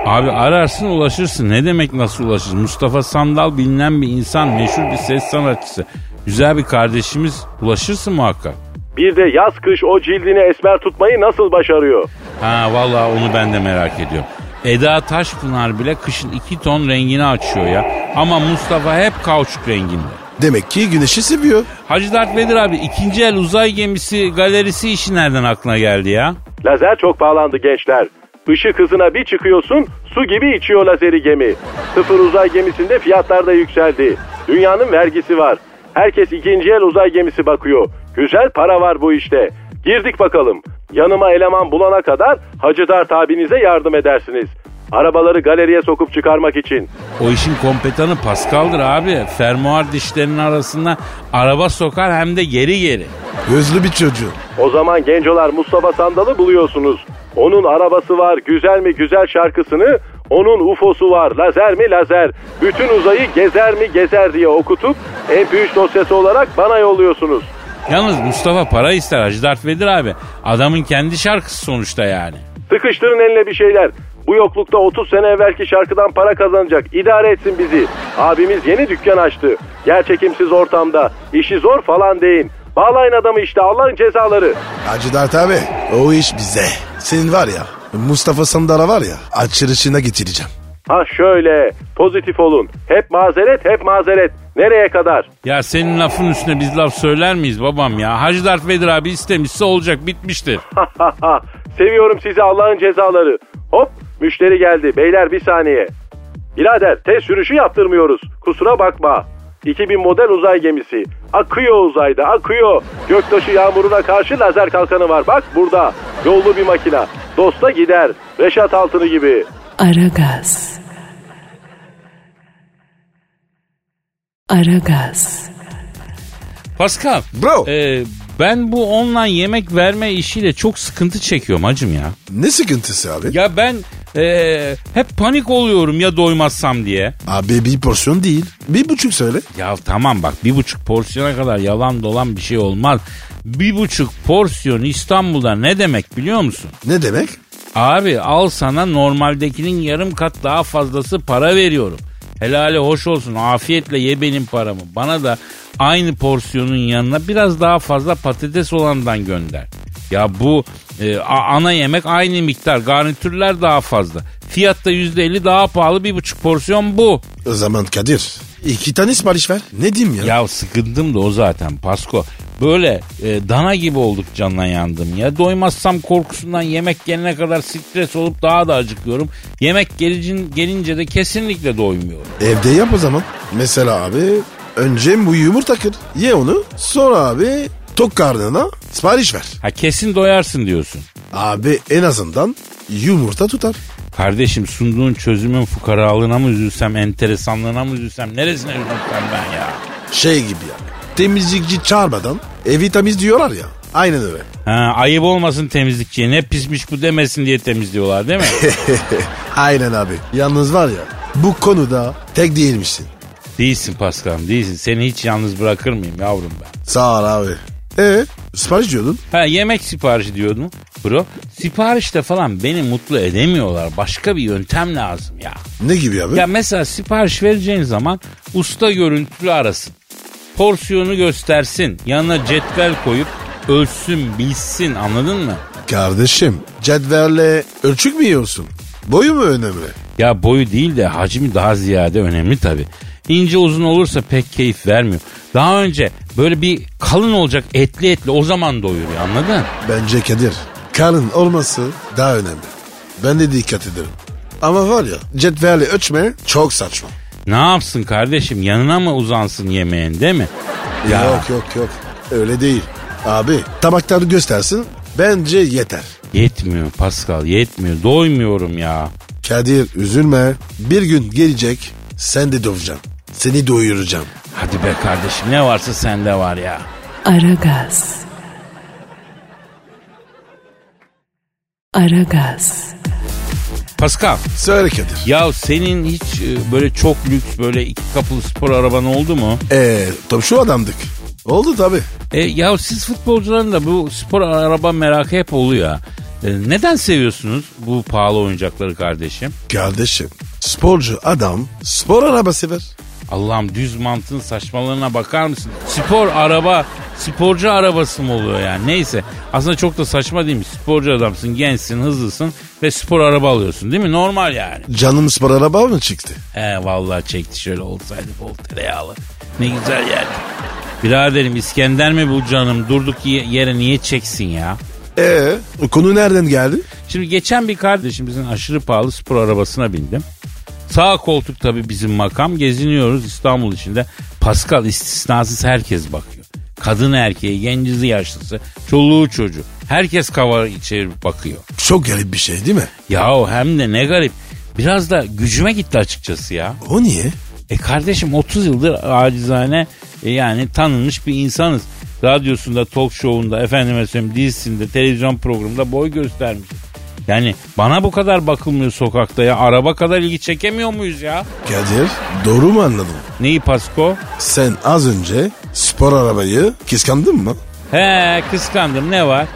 B: Abi ararsın ulaşırsın. Ne demek nasıl ulaşır? Mustafa Sandal bilinen bir insan, meşhur bir ses sanatçısı. Güzel bir kardeşimiz. Ulaşırsın muhakkak.
E: Bir de yaz kış o cildini esmer tutmayı nasıl başarıyor?
B: Ha vallahi onu ben de merak ediyorum. Eda Taşpınar bile kışın iki ton rengini açıyor ya. Ama Mustafa hep kauçuk renginde.
C: Demek ki güneşi seviyor.
B: Hacı Dert Vedir abi ikinci el uzay gemisi galerisi işi nereden aklına geldi ya?
E: Lazer çok pahalandı gençler. Işık hızına bir çıkıyorsun, su gibi içiyor lazeri gemi. Sıfır uzay gemisinde fiyatlar da yükseldi. Dünyanın vergisi var. Herkes ikinci el uzay gemisi bakıyor. Güzel para var bu işte. Girdik bakalım. Yanıma eleman bulana kadar Hacı Dert abinize yardım edersiniz. Arabaları galeriye sokup çıkarmak için.
B: O işin kompetanı Pascal'dır abi. Fermuar dişlerinin arasında araba sokar hem de geri geri.
C: Gözlü bir çocuğu.
E: O zaman gencolar Mustafa Sandal'ı buluyorsunuz. Onun arabası var, güzel mi güzel şarkısını, onun UFO'su var, lazer mi lazer, bütün uzayı gezer mi gezer diye okutup MP3 dosyası olarak bana yolluyorsunuz.
B: Yalnız Mustafa para ister Hacı Dert Vedir abi. Adamın kendi şarkısı sonuçta yani.
E: Sıkıştırın eline bir şeyler. Bu yoklukta 30 sene evvelki şarkıdan para kazanacak. İdare etsin bizi. Abimiz yeni dükkan açtı. Yer çekimsiz ortamda. İşi zor falan deyin. Bağlayın adamı işte Allah'ın cezaları.
C: Hacı Dert abi o iş bize. Senin var ya Mustafa Sandal'a var ya açılışına getireceğim.
E: Ha şöyle pozitif olun. Hep mazeret hep mazeret. Nereye kadar?
B: Ya senin lafın üstüne biz laf söyler miyiz babam ya? Hacı Dert Vedir abi istemişse olacak bitmiştir.
E: Seviyorum sizi Allah'ın cezaları. Hop müşteri geldi. Beyler bir saniye. Birader test sürüşü yaptırmıyoruz. Kusura bakma. 2000 model uzay gemisi. Akıyor uzayda akıyor. Göktaşı yağmuruna karşı lazer kalkanı var. Bak burada. Yollu bir makina. Dosta gider. Reşat altını gibi.
A: Aragaz. Aragaz.
B: Pascal.
C: Bro.
B: e, ben bu online yemek verme işiyle çok sıkıntı çekiyorum hacım ya.
C: Ne sıkıntısı abi?
B: Ya ben e, hep panik oluyorum ya doymazsam diye.
C: Abi bir porsiyon değil. Bir buçuk söyle.
B: Ya tamam bak bir buçuk porsiyona kadar yalan dolan bir şey olmaz. Bir buçuk porsiyon İstanbul'da ne demek biliyor musun?
C: Ne demek?
B: Abi al sana normaldekinin yarım kat daha fazlası para veriyorum. Helali hoş olsun afiyetle ye benim paramı. Bana da aynı porsiyonun yanına biraz daha fazla patates olandan gönder. Ya bu e, a- ana yemek aynı miktar garnitürler daha fazla. Fiyatta %50 daha pahalı bir buçuk porsiyon bu.
C: O zaman Kadir iki tane sipariş ver. Ne diyeyim ya?
B: Ya sıkındım da o zaten Pasko. Böyle e, dana gibi olduk canla yandım ya. Doymazsam korkusundan yemek gelene kadar stres olup daha da acıkıyorum. Yemek gelicin, gelince de kesinlikle doymuyorum.
C: Evde yap o zaman. Mesela abi önce bu yumurta kır. Ye onu. Sonra abi tok karnına sipariş ver.
B: Ha kesin doyarsın diyorsun.
C: Abi en azından yumurta tutar.
B: Kardeşim sunduğun çözümün fukaralığına mı üzülsem, enteresanlığına mı üzülsem, neresine üzülsem ben ya?
C: Şey gibi ya. temizlikçi çağırmadan evi temiz diyorlar ya. Aynen öyle.
B: Ha, ayıp olmasın temizlikçiye ne pismiş bu demesin diye temizliyorlar değil mi?
C: Aynen abi. Yalnız var ya bu konuda tek değilmişsin.
B: değilsin Paskal'ım değilsin. Seni hiç yalnız bırakır mıyım yavrum ben?
C: Sağ ol abi. E sipariş diyordun.
B: Ha yemek siparişi diyordun bro. Siparişte falan beni mutlu edemiyorlar. Başka bir yöntem lazım ya.
C: Ne gibi abi?
B: Ya mesela sipariş vereceğin zaman usta görüntülü arasın. Porsiyonu göstersin. Yanına cetvel koyup ölçsün bilsin anladın mı?
C: Kardeşim cetverle ölçük mü yiyorsun? Boyu mu önemli?
B: Ya boyu değil de hacmi daha ziyade önemli tabii. İnce uzun olursa pek keyif vermiyor. Daha önce böyle bir kalın olacak etli etli o zaman doyuruyor anladın?
C: Bence Kadir kalın olması daha önemli. Ben de dikkat ederim. Ama var ya cetverle ölçme çok saçma.
B: Ne yapsın kardeşim yanına mı uzansın yemeğin değil mi? Ya.
C: Yok yok yok öyle değil. Abi tabakları göstersin bence yeter.
B: Yetmiyor Pascal yetmiyor doymuyorum ya.
C: Kadir üzülme bir gün gelecek sen de doyacaksın. Seni doyuracağım.
B: Hadi be kardeşim ne varsa sende var ya.
A: Aragaz. Aragaz.
B: Pascal
C: Söyle Kadir.
B: ya senin hiç e, böyle çok lüks böyle iki kapılı spor araban oldu mu?
C: Eee E, tabii şu adamdık. Oldu tabii.
B: E, ya siz futbolcuların da bu spor araba merakı hep oluyor. ha. E, neden seviyorsunuz bu pahalı oyuncakları kardeşim?
C: Kardeşim sporcu adam spor arabası ver.
B: Allah'ım düz mantığın saçmalarına bakar mısın? Spor araba, sporcu arabası mı oluyor yani? Neyse aslında çok da saçma değil mi? Sporcu adamsın, gençsin, hızlısın ve spor araba alıyorsun değil mi? Normal yani.
C: Canım spor araba mı çıktı?
B: He vallahi çekti şöyle olsaydı bol tereyağlı. Ne güzel yerdi. Biraderim İskender mi bu canım? Durduk ye- yere niye çeksin ya?
C: Eee E, konu nereden geldi?
B: Şimdi geçen bir kardeşimizin aşırı pahalı spor arabasına bindim. Sağ koltuk tabii bizim makam. Geziniyoruz İstanbul içinde. Pascal istisnasız herkes bakıyor. Kadın erkeği, gencizi yaşlısı, çoluğu çocuğu. Herkes kava çevirip bakıyor.
C: Çok garip bir şey değil mi?
B: Yahu hem de ne garip. Biraz da gücüme gitti açıkçası ya.
C: O niye?
B: E kardeşim 30 yıldır acizane e, yani tanınmış bir insanız. Radyosunda, talk show'unda, efendime söyleyeyim dizisinde, televizyon programında boy göstermiş. Yani bana bu kadar bakılmıyor sokakta ya. Araba kadar ilgi çekemiyor muyuz ya?
C: Kadir doğru mu anladım?
B: Neyi Pasko?
C: Sen az önce spor arabayı kıskandın mı?
B: He kıskandım ne var?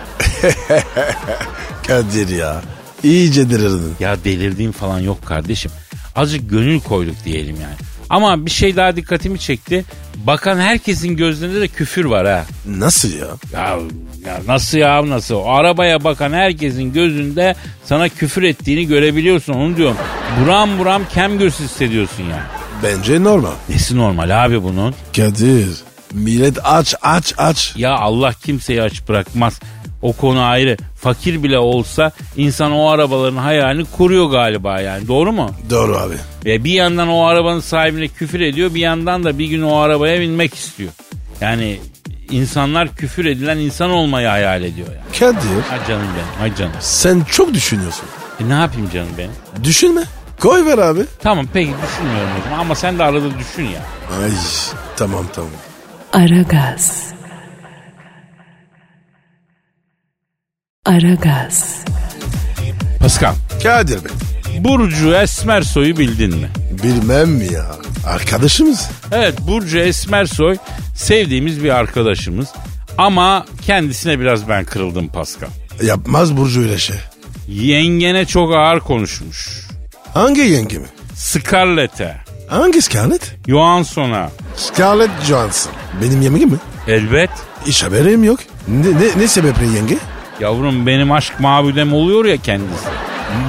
C: Kadir ya iyice delirdin.
B: Ya delirdiğim falan yok kardeşim. Azıcık gönül koyduk diyelim yani. Ama bir şey daha dikkatimi çekti. Bakan herkesin gözlerinde de küfür var ha.
C: Nasıl ya?
B: Ya, ya nasıl ya nasıl? O arabaya bakan herkesin gözünde sana küfür ettiğini görebiliyorsun onu diyorum. Buram buram kem göz hissediyorsun ya.
C: Bence normal.
B: Nesi normal abi bunun?
C: Kadir millet aç aç aç.
B: Ya Allah kimseyi aç bırakmaz. O konu ayrı. Fakir bile olsa insan o arabaların hayalini kuruyor galiba yani. Doğru mu?
C: Doğru abi.
B: Ve bir yandan o arabanın sahibine küfür ediyor. Bir yandan da bir gün o arabaya binmek istiyor. Yani insanlar küfür edilen insan olmayı hayal ediyor yani.
C: Kadir
B: Ha canım benim, ha canım.
C: sen çok düşünüyorsun.
B: E ne yapayım canım benim?
C: Düşünme. Koy ver abi.
B: Tamam peki düşünmüyorum o zaman ama sen de arada düşün ya.
C: Ay tamam tamam.
A: Aragaz. Aragaz.
B: Pascal.
C: Kadir Bey.
B: Burcu Esmersoy'u bildin mi?
C: Bilmem mi ya. Arkadaşımız.
B: Evet Burcu Esmersoy sevdiğimiz bir arkadaşımız. Ama kendisine biraz ben kırıldım Pascal.
C: Yapmaz Burcu öyle şey.
B: Yengene çok ağır konuşmuş.
C: Hangi yenge mi?
B: Scarlett'e,
C: Hangi Scarlett?
B: Johansson'a
C: Scarlett Johansson. Benim yemeğim mi?
B: elbet.
C: Hiç haberim yok. Ne, ne, ne sebeple yenge?
B: Yavrum benim aşk mabudem oluyor ya kendisi.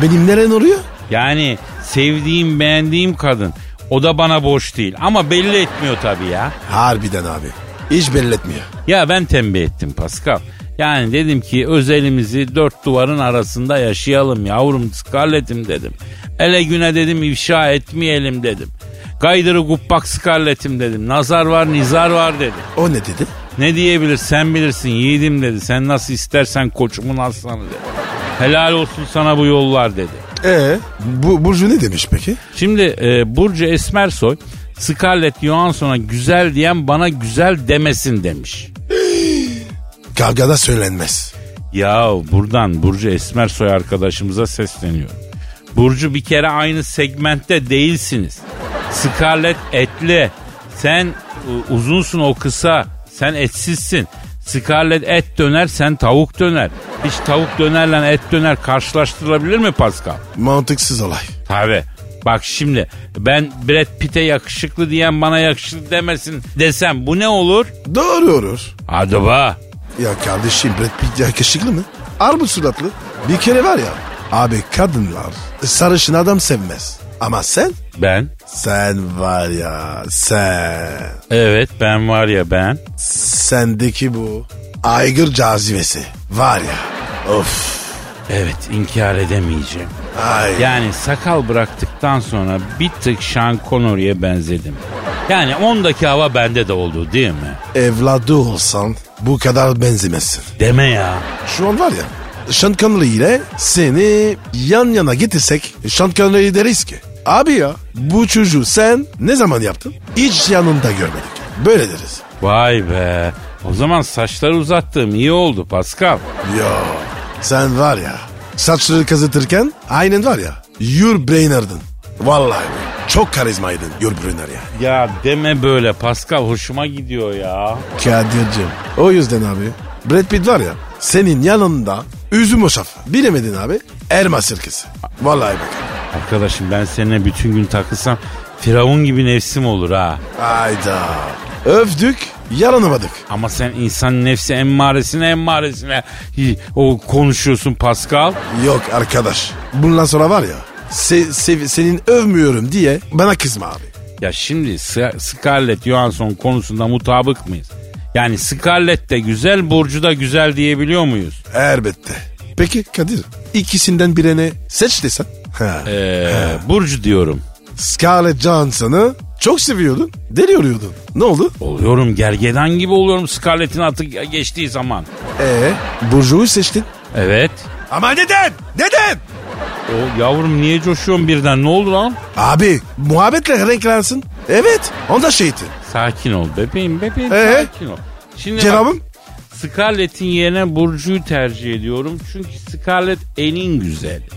C: Benim neren oluyor?
B: Yani sevdiğim beğendiğim kadın. O da bana boş değil ama belli etmiyor tabii ya.
C: Harbiden abi. Hiç belli etmiyor.
B: Ya ben tembih ettim Pascal. Yani dedim ki özelimizi dört duvarın arasında yaşayalım yavrum Scarlett'im dedim. Ele güne dedim ifşa etmeyelim dedim. Gaydırı gubbak Scarlett'im dedim. Nazar var nizar var dedim.
C: O ne dedi?
B: Ne diyebilir sen bilirsin yiğidim dedi. Sen nasıl istersen koçumun aslanı dedi. Helal olsun sana bu yollar dedi.
C: Ee, bu Burcu E, ne demiş peki?
B: Şimdi e, Burcu Esmersoy Scarlett Johansson'a güzel diyen bana güzel demesin demiş.
C: Kavgada söylenmez.
B: Ya buradan Burcu Esmersoy arkadaşımıza sesleniyorum. Burcu bir kere aynı segmentte değilsiniz. Scarlett etli. Sen e, uzunsun o kısa. Sen etsizsin. Scarlett et döner sen tavuk döner. Hiç tavuk dönerle et döner karşılaştırılabilir mi Pascal?
C: Mantıksız olay.
B: Tabi. Bak şimdi ben Brad Pitt'e yakışıklı diyen bana yakışıklı demesin desem bu ne olur?
C: Doğru olur.
B: Hadi be.
C: Ya kardeşim Brad Pitt yakışıklı mı? Armut suratlı. Bir kere var ya. Abi kadınlar sarışın adam sevmez. Ama sen?
B: Ben?
C: Sen var ya sen.
B: Evet ben var ya ben.
C: Sendeki bu aygır cazibesi var ya. Of.
B: Evet inkar edemeyeceğim.
C: Ay.
B: Yani sakal bıraktıktan sonra bir tık Sean Connery'e benzedim. Yani ondaki hava bende de oldu değil mi?
C: Evladı olsan bu kadar benzemezsin.
B: Deme ya.
C: Şu an var ya. Sean Connery ile seni yan yana getirsek Sean Connery deriz ki. Abi ya bu çocuğu sen ne zaman yaptın? Hiç yanında görmedik. Böyle deriz.
B: Vay be. O zaman saçları uzattığım iyi oldu Pascal.
C: Ya sen var ya saçları kazıtırken aynen var ya Your Brainer'dın. Vallahi çok karizmaydın Your Brainer ya.
B: Ya deme böyle Pascal hoşuma gidiyor ya.
C: Kadir'cim o yüzden abi Brad Pitt var ya senin yanında üzüm hoşaf bilemedin abi elma sirkesi. Vallahi bak.
B: Arkadaşım ben seninle bütün gün takılsam Firavun gibi nefsim olur ha.
C: Ayda övdük yaranamadık.
B: Ama sen insan nefsi emmaresine emmaresine hi- o konuşuyorsun Pascal.
C: Yok arkadaş bundan sonra var ya se- se- senin övmüyorum diye bana kızma abi.
B: Ya şimdi Scar- Scarlett Johansson konusunda mutabık mıyız? Yani Scarlett de güzel, Burcu da güzel diyebiliyor muyuz?
C: Elbette. Peki Kadir ikisinden birini seç desen. Ha.
B: Ee, Burcu diyorum.
C: Scarlett Johansson'ı çok seviyordun. Deli oluyordun. Ne oldu?
B: Oluyorum gergedan gibi oluyorum Scarlett'in atı ge- geçtiği zaman.
C: Ee, Burju'yu seçtin.
B: Evet.
C: Ama neden? Neden?
B: O yavrum niye coşuyorsun birden ne oldu lan?
C: Abi muhabbetle renklensin. Evet. Onda şeydi.
B: Sakin ol bebeğim bebeğim
C: Ee?
B: sakin ol. Şimdi bak,
C: Cevabım?
B: Scarlett'in yerine Burcu'yu tercih ediyorum. Çünkü Scarlett elin güzeli.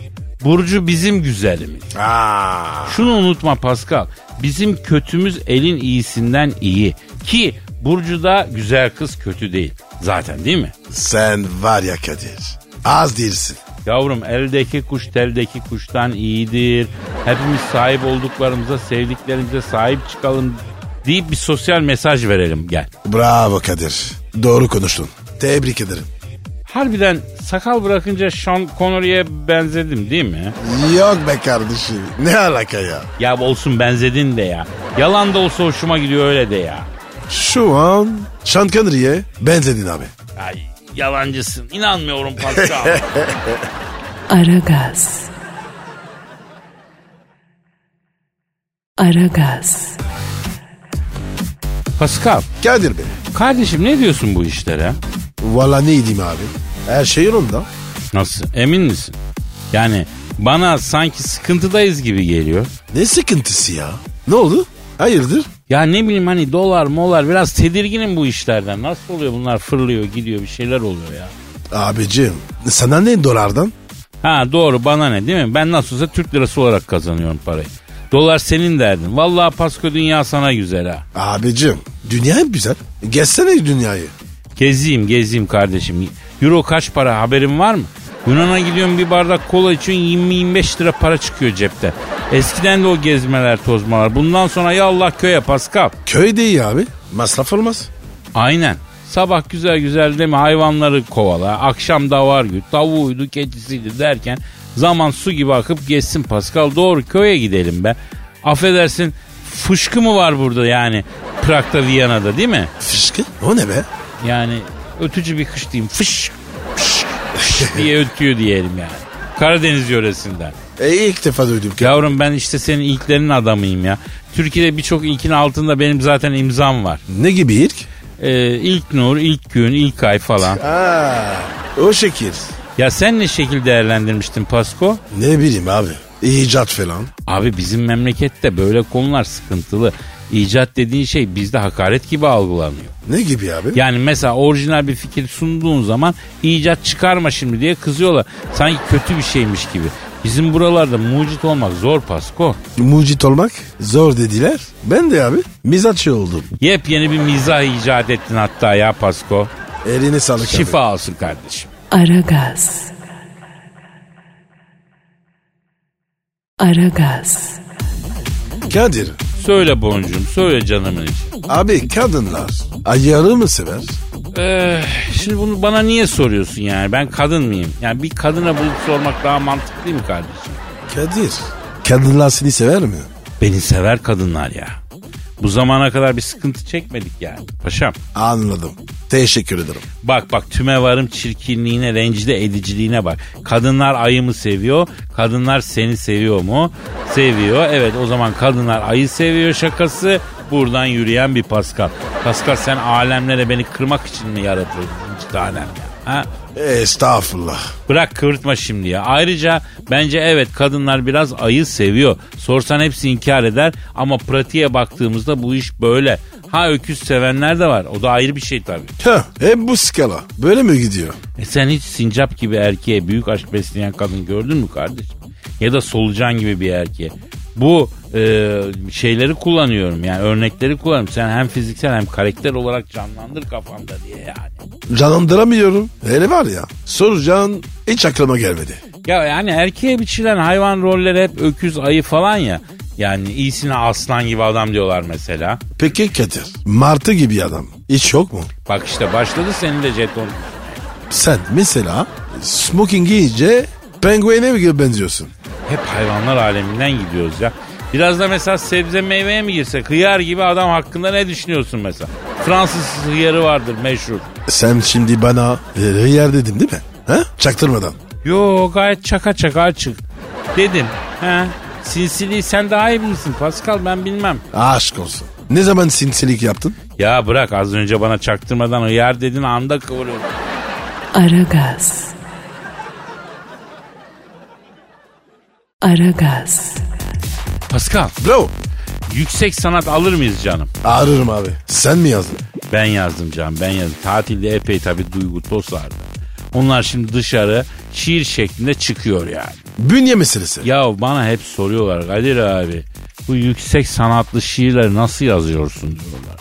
B: Burcu bizim güzelimiz.
C: Aa.
B: Şunu unutma Pascal. Bizim kötümüz elin iyisinden iyi. Ki Burcu da güzel kız kötü değil. Zaten değil mi?
C: Sen var ya Kadir. Az değilsin.
B: Yavrum eldeki kuş teldeki kuştan iyidir. Hepimiz sahip olduklarımıza sevdiklerimize sahip çıkalım deyip bir sosyal mesaj verelim gel.
C: Bravo Kadir. Doğru konuştun. Tebrik ederim.
B: Harbiden sakal bırakınca Sean Connery'e benzedim değil mi?
C: Yok be kardeşim. Ne alaka ya?
B: Ya olsun benzedin de ya. Yalan da olsa hoşuma gidiyor öyle de ya.
C: Şu an Sean Connery'e benzedin abi.
B: Ay yalancısın. İnanmıyorum Pascal.
A: Aragaz. Aragaz.
B: Pascal.
C: Kadir Bey.
B: Kardeşim ne diyorsun bu işlere?
C: Valla ne diyeyim abi? Her şey yolunda.
B: Nasıl? Emin misin? Yani bana sanki sıkıntıdayız gibi geliyor.
C: Ne sıkıntısı ya? Ne oldu? Hayırdır?
B: Ya ne bileyim hani dolar molar biraz tedirginim bu işlerden. Nasıl oluyor bunlar fırlıyor gidiyor bir şeyler oluyor ya.
C: Abicim sana ne dolardan?
B: Ha doğru bana ne değil mi? Ben nasıl olsa Türk lirası olarak kazanıyorum parayı. Dolar senin derdin. Vallahi Pasko dünya sana güzel ha.
C: Abicim dünya hep güzel. Gezsene dünyayı.
B: Gezeyim gezeyim kardeşim. Euro kaç para haberin var mı? Yunan'a gidiyorum bir bardak kola için 20-25 lira para çıkıyor cepte. Eskiden de o gezmeler tozmalar. Bundan sonra ya Allah köye Pascal.
C: Köy de iyi abi. Masraf olmaz.
B: Aynen. Sabah güzel güzel değil mi hayvanları kovala. Akşam da var güt. Tavuğuydu keçisiydi derken zaman su gibi akıp geçsin Pascal. Doğru köye gidelim be. Affedersin fışkı mı var burada yani Prag'da Viyana'da değil mi?
C: Fışkı? O ne be?
B: Yani ötücü bir kış diyeyim. Fış, fış, fış diye ötüyor diyelim yani. Karadeniz yöresinden.
C: E, ilk defa duydum. ki.
B: Yavrum ben işte senin ilklerin adamıyım ya. Türkiye'de birçok ilkin altında benim zaten imzam var.
C: Ne gibi ilk?
B: Ee, ilk nur, ilk gün, ilk ay falan.
C: Aa, o şekil.
B: Ya sen ne şekil değerlendirmiştin Pasko?
C: Ne bileyim abi. İcat falan.
B: Abi bizim memlekette böyle konular sıkıntılı. icat dediğin şey bizde hakaret gibi algılanıyor.
C: Ne gibi abi?
B: Yani mesela orijinal bir fikir sunduğun zaman icat çıkarma şimdi diye kızıyorlar. Sanki kötü bir şeymiş gibi. Bizim buralarda mucit olmak zor Pasko.
C: Mucit olmak zor dediler. Ben de abi mizatçı oldum.
B: Yepyeni bir mizah icat ettin hatta ya Pasko.
C: Eline sağlık abi.
B: Şifa olsun kardeşim.
A: Aragaz. Aragaz.
C: Kadir
B: Söyle boncuğum, söyle canımın içi.
C: abi kadınlar ayarı mı sever?
B: Eh, şimdi bunu bana niye soruyorsun yani? Ben kadın mıyım? Yani bir kadına bulup sormak daha mantıklı değil mi kardeşim?
C: Kadir kadınlar seni sever mi?
B: Beni sever kadınlar ya. Bu zamana kadar bir sıkıntı çekmedik yani. Paşam
C: Anladım. Teşekkür ederim.
B: bak bak tüme varım çirkinliğine, rencide ediciliğine bak. Kadınlar ayı mı seviyor? Kadınlar seni seviyor mu? Seviyor. Evet o zaman kadınlar ayı seviyor şakası. Buradan yürüyen bir Pascal. Pascal sen alemlere beni kırmak için mi yaratıldın? İki tanem ya. Ha?
C: Estağfurullah.
B: Bırak kıvırtma şimdi ya. Ayrıca bence evet kadınlar biraz ayı seviyor. Sorsan hepsi inkar eder ama pratiğe baktığımızda bu iş böyle. Ha öküz sevenler de var. O da ayrı bir şey tabii.
C: Heh, hep bu skala. Böyle mi gidiyor?
B: E sen hiç sincap gibi erkeğe büyük aşk besleyen kadın gördün mü kardeşim? Ya da solucan gibi bir erkeğe. Bu e, şeyleri kullanıyorum yani örnekleri kullanıyorum. Sen hem fiziksel hem karakter olarak canlandır kafamda diye yani.
C: Canlandıramıyorum. Hele var ya. Soracağın hiç aklıma gelmedi.
B: Ya yani erkeğe biçilen hayvan rolleri hep öküz, ayı falan ya. Yani iyisine aslan gibi adam diyorlar mesela.
C: Peki Kadir. Martı gibi adam. Hiç yok mu?
B: Bak işte başladı senin de jeton.
C: Sen mesela smoking giyince penguene mi benziyorsun?
B: Hep hayvanlar aleminden gidiyoruz ya. Biraz da mesela sebze meyveye mi girsek? Hıyar gibi adam hakkında ne düşünüyorsun mesela? Fransız hıyarı vardır meşhur.
C: Sen şimdi bana e, hıyar dedin değil mi? Ha? Çaktırmadan.
B: Yo gayet çaka çaka açık. Dedim. He. Sinsiliği sen daha iyi bilirsin Pascal ben bilmem.
C: Aşk olsun. Ne zaman sinsilik yaptın?
B: Ya bırak az önce bana çaktırmadan hıyar dedin anda kıvırıyorum.
A: Aragaz. Aragaz.
B: Pascal
C: Bro.
B: yüksek sanat alır mıyız canım?
C: Ağrırım abi. Sen mi yazdın?
B: Ben yazdım canım ben yazdım. Tatilde epey tabii duygu tosardı. Onlar şimdi dışarı şiir şeklinde çıkıyor yani.
C: Bünye meselesi.
B: Ya bana hep soruyorlar Kadir abi bu yüksek sanatlı şiirleri nasıl yazıyorsun diyorlar.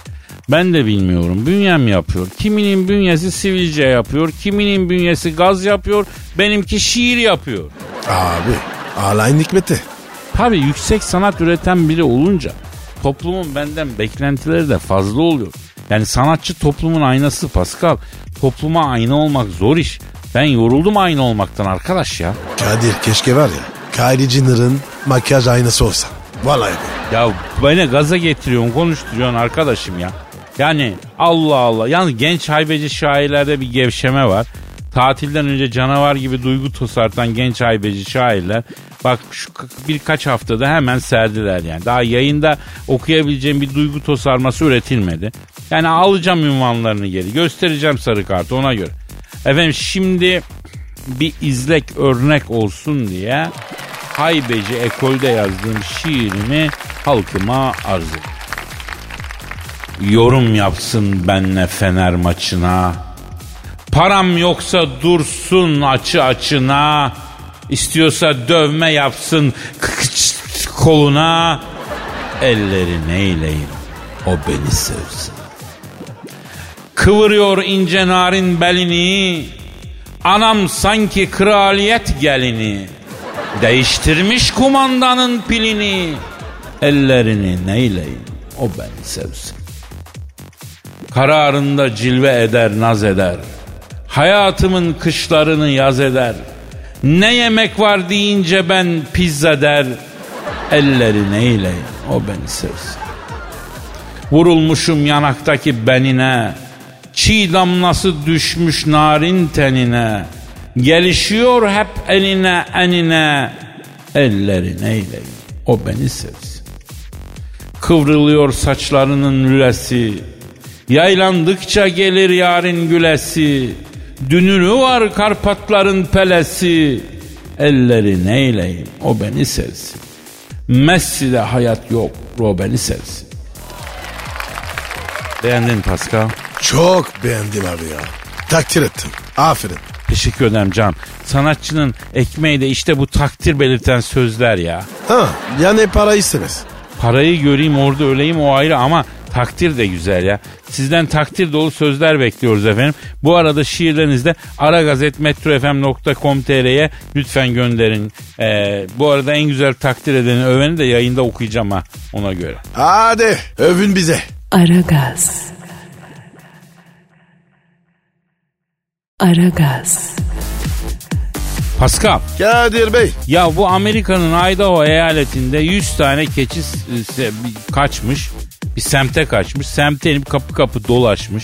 B: Ben de bilmiyorum. Bünyem yapıyor. Kiminin bünyesi sivilce yapıyor. Kiminin bünyesi gaz yapıyor. Benimki şiir yapıyor.
C: Abi. Alayın hikmeti.
B: Tabii yüksek sanat üreten biri olunca toplumun benden beklentileri de fazla oluyor. Yani sanatçı toplumun aynası Pascal. Topluma ayna olmak zor iş. Ben yoruldum ayna olmaktan arkadaş ya.
C: Kadir keşke var ya. Kylie Jenner'ın makyaj aynası olsa. Vallahi be.
B: Ya beni gaza getiriyorsun konuşturuyorsun arkadaşım ya. Yani Allah Allah. Yalnız genç haybeci şairlerde bir gevşeme var. Tatilden önce canavar gibi duygu tosartan genç haybeci şairler bak şu k- birkaç haftada hemen serdiler yani. Daha yayında okuyabileceğim bir duygu tosarması üretilmedi. Yani alacağım ünvanlarını geri göstereceğim sarı kartı ona göre. Efendim şimdi bir izlek örnek olsun diye Haybeci Ekol'de yazdığım şiirimi halkıma arz ediyorum. Yorum yapsın benle Fener maçına. Param yoksa dursun açı açına. İstiyorsa dövme yapsın kıkıç koluna. Ellerini eyleyim o beni sevsin. Kıvırıyor ince narin belini. Anam sanki kraliyet gelini. Değiştirmiş kumandanın pilini. Ellerini neyleyim o beni sevsin. Kararında cilve eder naz eder. Hayatımın kışlarını yaz eder. Ne yemek var deyince ben pizza der. Elleri neyleyim o beni sevsin. Vurulmuşum yanaktaki benine. Çiğ damlası düşmüş narin tenine. Gelişiyor hep eline enine. Elleri neyleyim o beni sevsin. Kıvrılıyor saçlarının lülesi. Yaylandıkça gelir yarın gülesi. Dünürü var Karpatların pelesi. Elleri neyleyim o beni sevsin. Messi'de hayat yok o beni sevsin. Beğendin Pascal.
C: Çok beğendim abi ya. Takdir ettim. Aferin.
B: Teşekkür ederim Can. Sanatçının ekmeği de işte bu takdir belirten sözler ya.
C: Ha yani para istemez.
B: Parayı göreyim orada öleyim o ayrı ama takdir de güzel ya. Sizden takdir dolu sözler bekliyoruz efendim. Bu arada şiirlerinizde aragazetmetrofm.com.tr'ye lütfen gönderin. Ee, bu arada en güzel takdir edeni öveni de yayında okuyacağım ha ona göre.
C: Hadi övün bize.
A: Aragaz. Aragaz.
B: Pascal
C: Kadir Bey.
B: ya bu Amerika'nın Idaho eyaletinde 100 tane keçi s- e, se- bir- kaçmış. Bir semte kaçmış. Semte inip kapı kapı dolaşmış.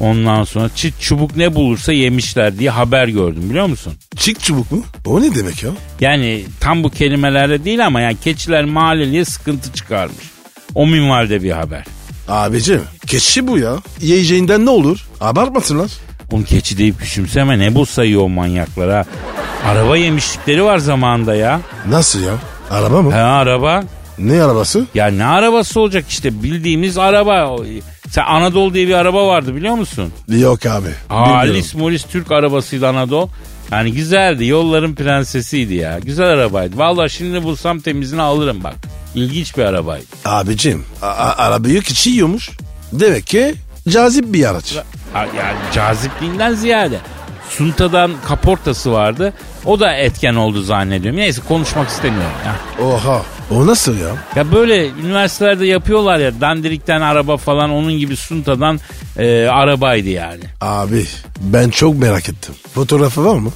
B: Ondan sonra çit çubuk ne bulursa yemişler diye haber gördüm biliyor musun?
C: Çık çubuk mu? O ne demek ya?
B: Yani tam bu kelimelerle değil ama yani keçiler mahalleliye sıkıntı çıkarmış. O minvalde bir haber.
C: Abicim keçi bu ya. Yiyeceğinden ne olur? Abartmasınlar.
B: Oğlum keçi deyip küçümseme ne bu sayıyor o manyaklara. Araba yemişlikleri var zamanında ya.
C: Nasıl ya? Araba mı?
B: Ha araba.
C: Ne arabası?
B: Ya ne arabası olacak işte bildiğimiz araba. Sen Anadolu diye bir araba vardı biliyor musun?
C: Yok abi. bilmiyorum.
B: Halis Moris Türk arabasıydı Anadolu. Yani güzeldi yolların prensesiydi ya. Güzel arabaydı. Vallahi şimdi bulsam temizini alırım bak. İlginç bir arabaydı.
C: Abicim a- a- arabayı keçi yiyormuş. Demek ki cazip bir araç.
B: Ha, Yani cazipliğinden ziyade. Sunta'dan kaportası vardı. O da etken oldu zannediyorum. Neyse konuşmak istemiyorum ya.
C: Oha. O nasıl ya?
B: Ya böyle üniversitelerde yapıyorlar ya dandirikten araba falan onun gibi Sunta'dan e, arabaydı yani.
C: Abi ben çok merak ettim. Fotoğrafı var mı?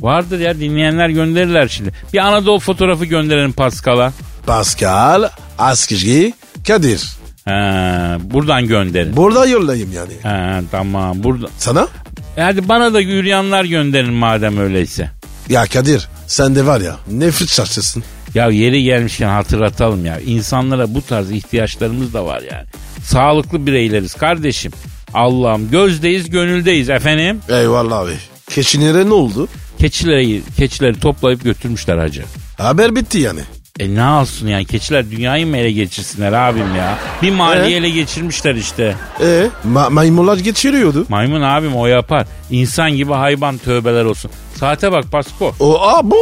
B: Vardır ya dinleyenler gönderirler şimdi. Bir Anadolu fotoğrafı gönderelim Paskal'a.
C: Pascal Askizgi Kadir.
B: Ha, buradan gönderin.
C: Burada yollayayım yani.
B: Ha, tamam burada.
C: Sana?
B: E Hadi bana da yürüyenler gönderin madem öyleyse.
C: Ya Kadir sen de var ya nefret şarkısın.
B: Ya yeri gelmişken hatırlatalım ya. İnsanlara bu tarz ihtiyaçlarımız da var yani. Sağlıklı bireyleriz kardeşim. Allah'ım gözdeyiz gönüldeyiz efendim.
C: Eyvallah abi. Keçinere ne oldu?
B: Keçileri, keçileri toplayıp götürmüşler hacı.
C: Haber bitti yani.
B: E ne alsın yani keçiler dünyayı mı ele geçirsinler abim ya? Bir mahalleyi ele geçirmişler işte.
C: E ma- maymunlar geçiriyordu.
B: Maymun abim o yapar. İnsan gibi hayvan tövbeler olsun. Saate bak Pasko.
C: O abu.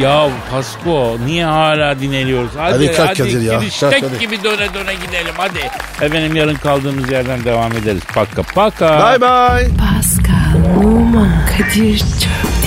B: Ya Pasko niye hala dineliyoruz? Hadi,
C: Hadi kalk
B: hadi
C: Kadir ya,
B: giriş
C: kalk
B: tek
C: hadi.
B: gibi döne döne gidelim hadi. Efendim yarın kaldığımız yerden devam ederiz. Paka paka.
C: Bye bye.
A: Pascal, Oman, Kadir çok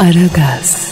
A: Aragaz.